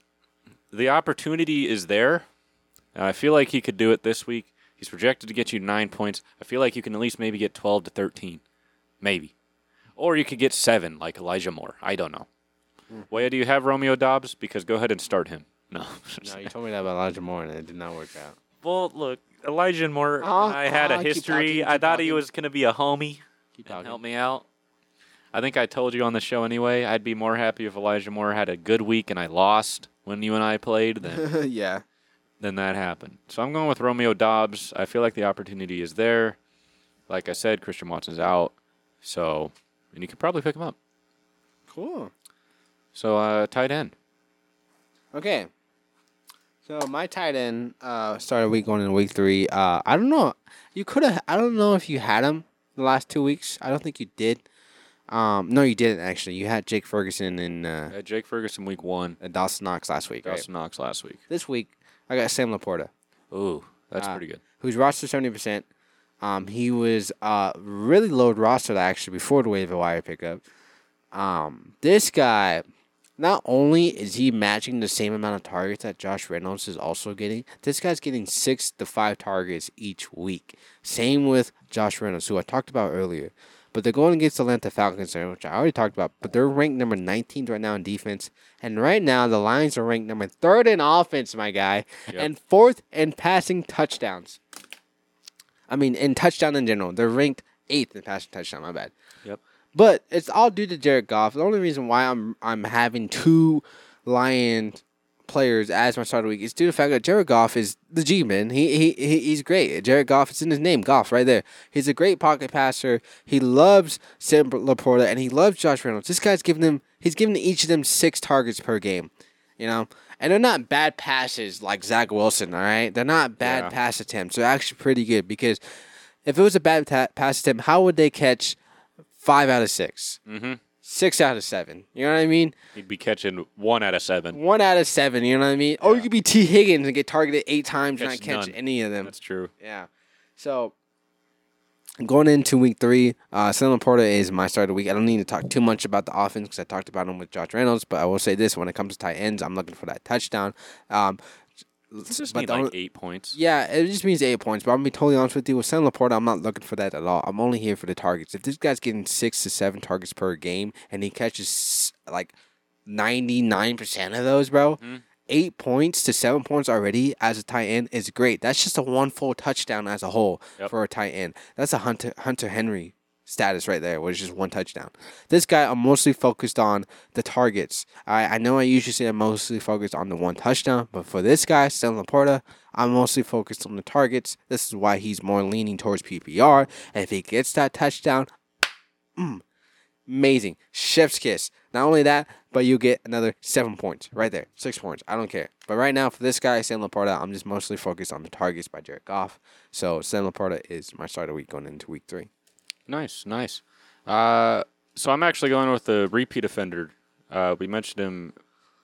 S1: the opportunity is there. I feel like he could do it this week. He's projected to get you nine points. I feel like you can at least maybe get 12 to 13. Maybe. Or you could get seven, like Elijah Moore. I don't know. Why do you have Romeo Dobbs? Because go ahead and start him. No.
S2: No, you told me that about Elijah Moore, and it did not work out.
S1: well, look, Elijah Moore,
S2: Uh-huh,
S1: I had
S2: uh-huh,
S1: a
S2: keep
S1: history.
S2: talking,
S1: I
S2: keep
S1: thought he
S2: talking.
S1: was going to be a homie. and
S2: Keep talking.
S1: Help me out. I think I told you on the show anyway. I'd be more happy if Elijah Moore had a good week and I lost when you and I played than
S2: yeah.
S1: than that happened. So I'm going with Romeo Dobbs. I feel like the opportunity is there. Like I said, Christian Watson's out, so and you could probably pick him up.
S2: Cool.
S1: So uh, tight end.
S2: Okay. So my tight end uh, started week one and week three. Uh, I don't know. You could have. I don't know if you had him the last two weeks. I don't think you did. Um, no, you didn't actually. You had Jake Ferguson and uh,
S1: I had Jake Ferguson week one.
S2: and Dawson Knox last week. right?
S1: Dawson Knox last week.
S2: This week I got Sam Laporta,
S1: Ooh, that's
S2: Ah.
S1: pretty good.
S2: who's rostered seventy percent. Um, he was uh really low rostered actually before the waiver wire pickup. Um, this guy, not only is he matching the same amount of targets that Josh Reynolds is also getting, this guy's getting six to five targets each week. Same with Josh Reynolds, who I talked about earlier. But they're going against the Atlanta Falcons, uh, which I already talked about. But they're ranked number 19th right now in defense. And right now, the Lions are ranked number third in offense, my guy, and fourth in passing touchdowns. I mean, in touchdown in general. They're ranked eighth in passing touchdown, my bad.
S1: Yep.
S2: But it's all due to Jared Goff. The only reason why I'm I'm having two Lion players as my start of the week is due to the fact that Jared Goff is the G man. He, he he he's great. Jared Goff is in his name, Goff, right there. He's a great pocket passer. He loves Sam Laporta and he loves Josh Reynolds. This guy's giving them he's giving each of them six targets per game. You know? And they're not bad passes like Zach Wilson, all right? They're not bad
S1: Yeah.
S2: pass attempts. They're actually pretty good because if it was a bad ta- pass attempt, how would they catch five out of 6
S1: Mhm.
S2: six out of seven? You know what I mean?
S1: He'd be catching one out of seven.
S2: One out of seven. You know what I mean? Or you could be T. Higgins and get targeted eight times and not
S1: Catch
S2: catch
S1: none.
S2: any of them.
S1: That's true.
S2: Yeah. So going into week three, uh, Sam Laporta is my start of the week. I don't need to talk too much about the offense because I talked about him with Josh Reynolds, but I will say this: when it comes to tight ends, I'm looking for that touchdown. Um,
S1: He just
S2: but
S1: need
S2: the
S1: like
S2: only-
S1: eight points.
S2: yeah, it just means eight points. But I'm gonna be totally honest with you. With Sam Laporta, I'm not looking for that at all. I'm only here for the targets. If this guy's getting six to seven targets per game and he catches s- like ninety nine percent of those, bro, eight points to seven points already as a tight end is great. That's just a one full touchdown as a whole
S1: Yep.
S2: for a tight end. That's a Hunter Hunter Henry status right there, which is just one touchdown. This guy, I'm mostly focused on the targets. I, I know I usually say I'm mostly focused on the one touchdown, but for this guy, Stan Laporta, I'm mostly focused on the targets. This is why he's more leaning towards PPR. And if he gets that touchdown, mm, amazing. Chef's kiss. Not only that, but you get another seven points right there. Six points. I don't care. But right now, for this guy, Sam Laporta, I'm just mostly focused on the targets by Jared Goff. So Sam Laporta is my start of the week going into week three.
S1: Nice, nice. Uh, so I'm actually going with the repeat offender. Uh, we mentioned him.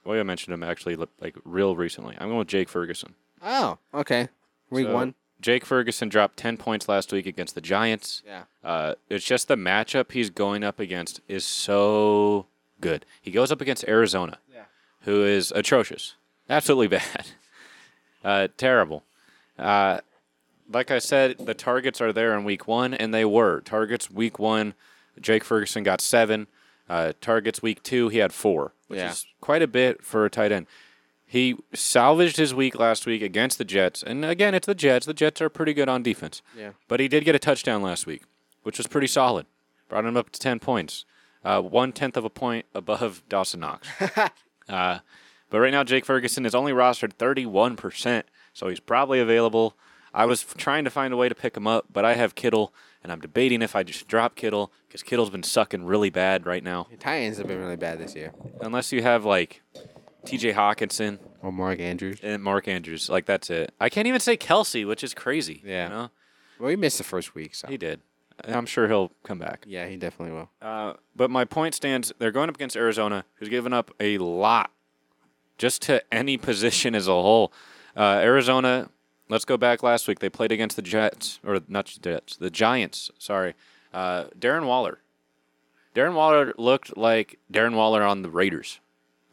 S1: Well, I mentioned him actually li- like real recently. I'm going with Jake Ferguson.
S2: Oh, okay. Week
S1: So,
S2: one.
S1: Jake Ferguson dropped 10 points last week against the Giants.
S2: Yeah.
S1: Uh, it's just the matchup he's going up against is so good. He goes up against Arizona,
S2: Yeah.
S1: who is atrocious, absolutely bad, uh, terrible. Uh, like I said, the targets are there in week one, and they were targets week one. Jake Ferguson got seven. Uh, targets week two, he had four, which
S2: Yeah.
S1: is quite a bit for a tight end. He salvaged his week last week against the Jets, and again, it's the Jets. The Jets are pretty good on defense.
S2: Yeah.
S1: But he did get a touchdown last week, which was pretty solid. Brought him up to 10 points, uh, one tenth of a point above Dawson Knox. uh, but right now, Jake Ferguson is only rostered 31%, so he's probably available. I was f- trying to find a way to pick him up, but I have Kittle, and I'm debating if I just drop Kittle because Kittle's been sucking really bad right now.
S2: Tight ends have been really bad this year.
S1: Unless you have like TJ Hawkinson
S2: Or Mark Andrews.
S1: and Oh, Mark Andrews, like that's it. I can't even say Kelsey, which is crazy. You
S2: Yeah.
S1: know?
S2: Well, he missed the first week, so
S1: He did. And I'm sure he'll come back.
S2: yeah, he definitely will.
S1: Uh, but my point stands they're going up against Arizona, who's given up a lot just to any position as a whole. Uh, Arizona, let's go back last week. They played against the Jets, or not the Jets, the Giants, sorry. Uh, Darren Waller. Darren Waller looked like Darren Waller on the Raiders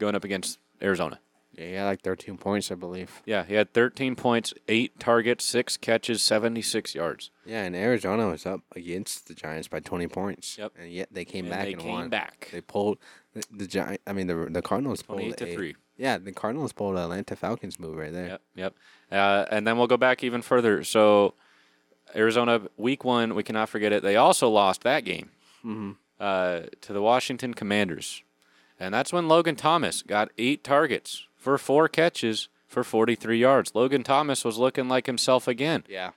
S1: going up against Arizona.
S2: Yeah, he had like 13 points, I believe.
S1: Yeah, he had 13 points, eight targets, six catches, 76 yards.
S2: Yeah, and Arizona was up against the Giants by 20 points.
S1: Yep.
S2: And yet they came
S1: And
S2: back
S1: they
S2: and
S1: came
S2: won.
S1: back.
S2: They pulled the, the Giant. I mean, the the Cardinals pulled
S1: 28 to
S2: a-
S1: three.
S2: Yeah, the Cardinals pulled an Atlanta Falcons move right there.
S1: Yep, yep. Uh, and then we'll go back even further.
S2: Mm-hmm.
S1: So Arizona, week one, we cannot forget it. They also lost that game uh, to the Washington Commanders. And that's when Logan Thomas got eight targets for four catches for 43 yards. Logan Thomas was looking like himself again.
S2: Yeah.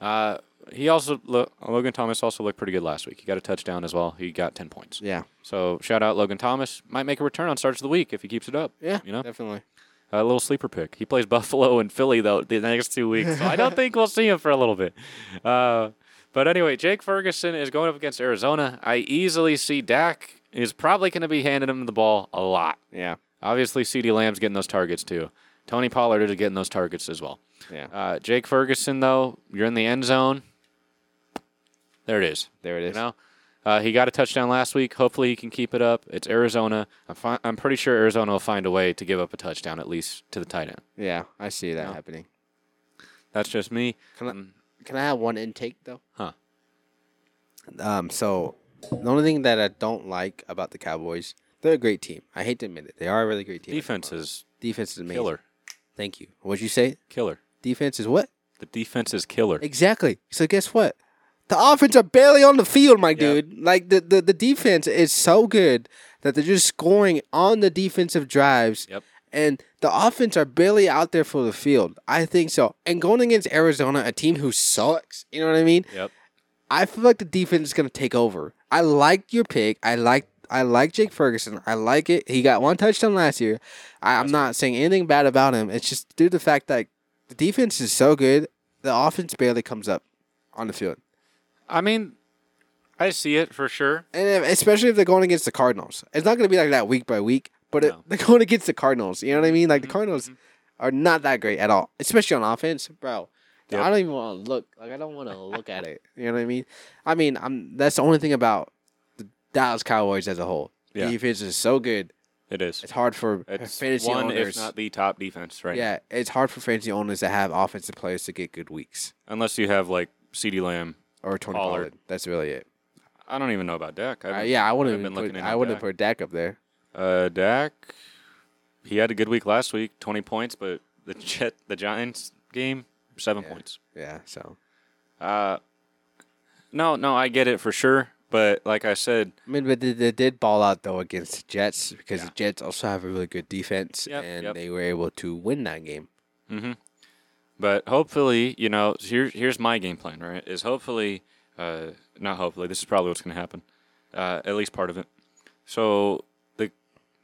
S1: Uh, he also lo- Logan Thomas also looked pretty good last week. He got a touchdown as well. He got 10 points.
S2: Yeah.
S1: So shout out Logan Thomas. Might make a return on starts of the week if he keeps it up.
S2: Yeah.
S1: You know,
S2: Definitely.
S1: a little sleeper pick. He plays Buffalo and Philly though the next two weeks, so I don't think we'll see him for a little bit. Uh, but anyway, Jake Ferguson is going up against Arizona. I easily see Dak is probably going to be handing him the ball a lot.
S2: Yeah.
S1: Obviously, Ceedee Lamb's getting those targets too. Tony Pollard is getting those targets as well.
S2: Yeah.
S1: Uh, Jake Ferguson though, you're in the end zone. There it is.
S2: There it is.
S1: You know, uh, he got a touchdown last week. Hopefully, he can keep it up. It's Arizona. I'm, fi- I'm pretty sure Arizona will find a way to give up a touchdown at least to the tight end.
S2: Yeah. I see that happening.
S1: That's just me.
S2: Can I-
S1: Um,
S2: Can I have one intake though?
S1: Huh.
S2: Um. So the only thing that I don't like about the Cowboys, they're a great team. I hate to admit it, they are a really great team.
S1: defense is
S2: Defense is amazing.
S1: killer.
S2: Thank you. What'd you say?
S1: Killer.
S2: Defense is what?
S1: The defense is killer.
S2: Exactly. So guess what? The offense are barely on the field, my dude. Like the, the the defense is so good that they're just scoring on the defensive drives.
S1: Yep.
S2: And the offense are barely out there for the field. I think so. And going against Arizona, a team who sucks, you know what I mean?
S1: Yep.
S2: I feel like the defense is gonna take over. I like your pick. I like I like Jake Ferguson. I like it. He got one touchdown last year. I, I'm not saying anything bad about him. It's just due to the fact that the defense is so good, the offense barely comes up on the field.
S1: I mean, I see it for sure.
S2: And if, especially if they're going against the Cardinals. It's not gonna be like that week by week, but it,
S1: No. Mm-hmm.
S2: they're going against the Cardinals. You know what I mean? Like the Cardinals are not that great at all. Especially on offense, bro.
S1: Yep.
S2: I don't even want to look. Like I don't want to look at it. You know what I mean? I mean, I'm that's the only thing about the Dallas Cowboys as a whole.
S1: Yeah.
S2: Defense is so good.
S1: It is.
S2: It's hard for
S1: It's
S2: fantasy
S1: one, if
S2: owners.
S1: not the top defense, right?
S2: yeah, it's hard for fantasy owners to have offensive players to get good weeks
S1: Unless you have like Ceedee Lamb.
S2: or Tony
S1: Pollard.
S2: Pollard. That's really it.
S1: I don't even know about Dak. I
S2: Uh,
S1: haven't-
S2: yeah, I wouldn't.
S1: I've
S2: even
S1: been looking
S2: put,
S1: into
S2: I wouldn't
S1: Dak.
S2: put Dak up there.
S1: Uh, Dak, he had a good week last week, twenty points, but the Jet, the Giants game, seven points.
S2: Yeah, so
S1: Uh, no, no, I get it for sure, but like I said,
S2: I mean, but they, they did ball out though against the Jets because the Jets also have a really good defense,
S1: Yep,
S2: and
S1: yep.
S2: they were able to win that game.
S1: but hopefully, you know, here, here's my game plan. Right, is hopefully, uh, not hopefully, this is probably what's going to happen, uh, at least part of it. So the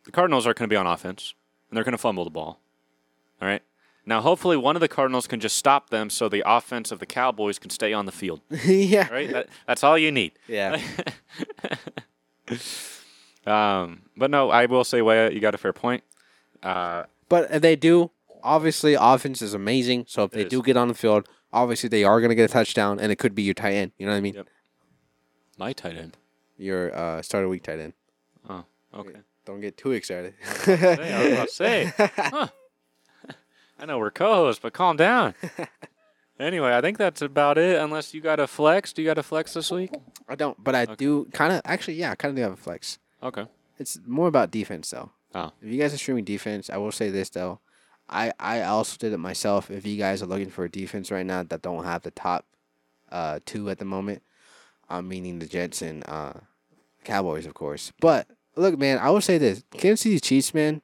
S1: the Cardinals are going to be on offense, and they're going to fumble the ball. All right. Now, hopefully, one of the Cardinals can just stop them, so the offense of the Cowboys can stay on the field.
S2: yeah,
S1: Right. That, that's all you need.
S2: yeah,
S1: Um, but no, I will say, Waya, you got a fair point. Uh,
S2: but if they do. Obviously, offense is amazing. So if they
S1: is.
S2: do get on the field, obviously they are going to get a touchdown, and it could be your tight end. You know what I mean?
S1: Yep. my tight end.
S2: Your uh, start of week tight end.
S1: Oh, okay.
S2: Don't get too excited.
S1: Hey, I was about to say. Huh. I know we're co-hosts, but calm down. Anyway, I think that's about it. Unless you got a flex, do you got a flex this week?
S2: I don't, but I do kind of actually. Yeah, I kind of do have a flex.
S1: Okay.
S2: It's more about defense though.
S1: Oh,
S2: If you guys are streaming defense, I will say this though. I, I also did it myself. If you guys are looking for a defense right now that don't have the top uh, two at the moment, uh, meaning the Jets and uh, Cowboys, of course. But look, man, I will say this: Kansas City Chiefs, man,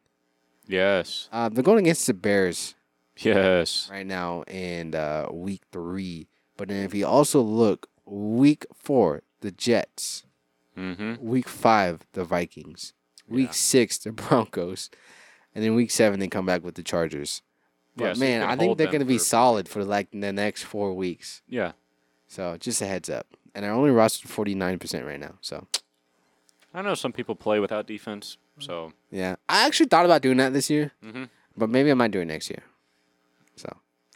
S1: yes,
S2: uh, they're going against the Bears
S1: yes.
S2: right now in uh, week three. But then if you also look week four, the Jets.
S1: Mm-hmm.
S2: Week five, the Vikings. Week six, the Broncos. And then week seven, they come back with the Chargers. But
S1: Yeah, so you
S2: man,
S1: can
S2: I
S1: hold
S2: think they're
S1: them
S2: going to be
S1: for-
S2: solid for like the next four weeks.
S1: Yeah,
S2: So just a heads up. And they're only rostered 49% right now. So
S1: I know some people play without defense, so
S2: yeah. I actually thought about doing that this year,
S1: Mhm.
S2: but maybe I might do it next year. So,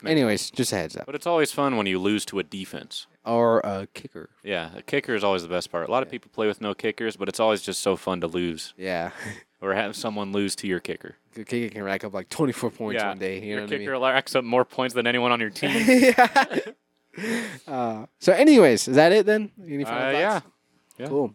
S2: anyways, just a heads up.
S1: but it's always fun when you lose to a defense.
S2: Or a kicker.
S1: Yeah, a kicker is always the best part. A lot of people play with no kickers, but it's always just so fun to lose
S2: Yeah.
S1: or have someone lose to your kicker.
S2: the kicker can rack up like 24 points one day. You
S1: your
S2: know what I mean?
S1: kicker racks up more points than anyone on your team.
S2: yeah. Uh, so, anyways, is that it then? Any
S1: uh,
S2: final thoughts?
S1: yeah. Yeah.
S2: Cool.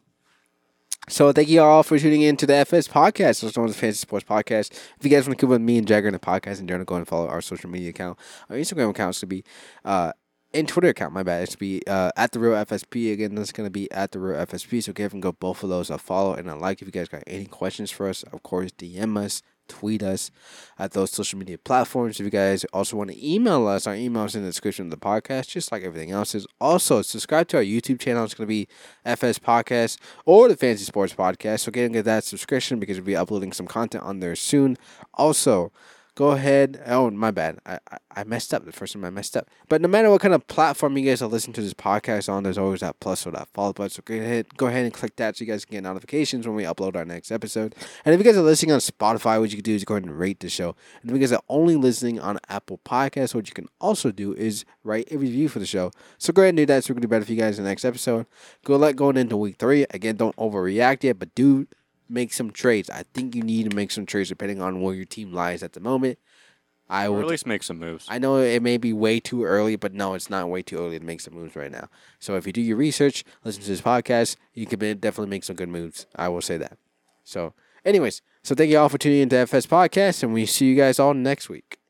S2: So thank you all for tuning in to the FS podcast, also known as Fantasy Sports Podcast. If you guys want to keep up with me and Jagger in the podcast in general, go and follow our social media account. Our Instagram account is to be uh, and Twitter account. My bad. It's be uh, at the real FSP again. That's gonna be at the real FSP. So give and go both of those a follow and a like. If you guys got any questions for us, of course DM us, tweet us at those social media platforms. If you guys also want to email us, our email is in the description of the podcast, just like everything else is. Also subscribe to our YouTube channel. It's gonna be FS Podcast or the Fancy Sports Podcast. So get and get that subscription because we'll be uploading some content on there soon. Also go ahead. Oh, my bad. I, I, I messed up the first time I messed up. But no matter what kind of platform you guys are listening to this podcast on, there's always that plus or that follow button. So go ahead, go ahead and click that so you guys can get notifications when we upload our next episode. And if you guys are listening on Spotify, what you can do is go ahead and rate the show. And if you guys are only listening on Apple Podcasts, what you can also do is write a review for the show. So go ahead and do that so we can do better for you guys in the next episode. Good luck going into week three. Again, don't overreact yet, but do make some trades. I think you need to make some trades depending on where your team lies at the moment. I
S1: Or
S2: would
S1: at least make some moves.
S2: I know it may be way too early, but no, it's not way too early to make some moves right now. So if you do your research, listen to this podcast, you can be- definitely make some good moves. I will say that. So, anyways, so thank you all for tuning into FS Podcast, and we see you guys all next week.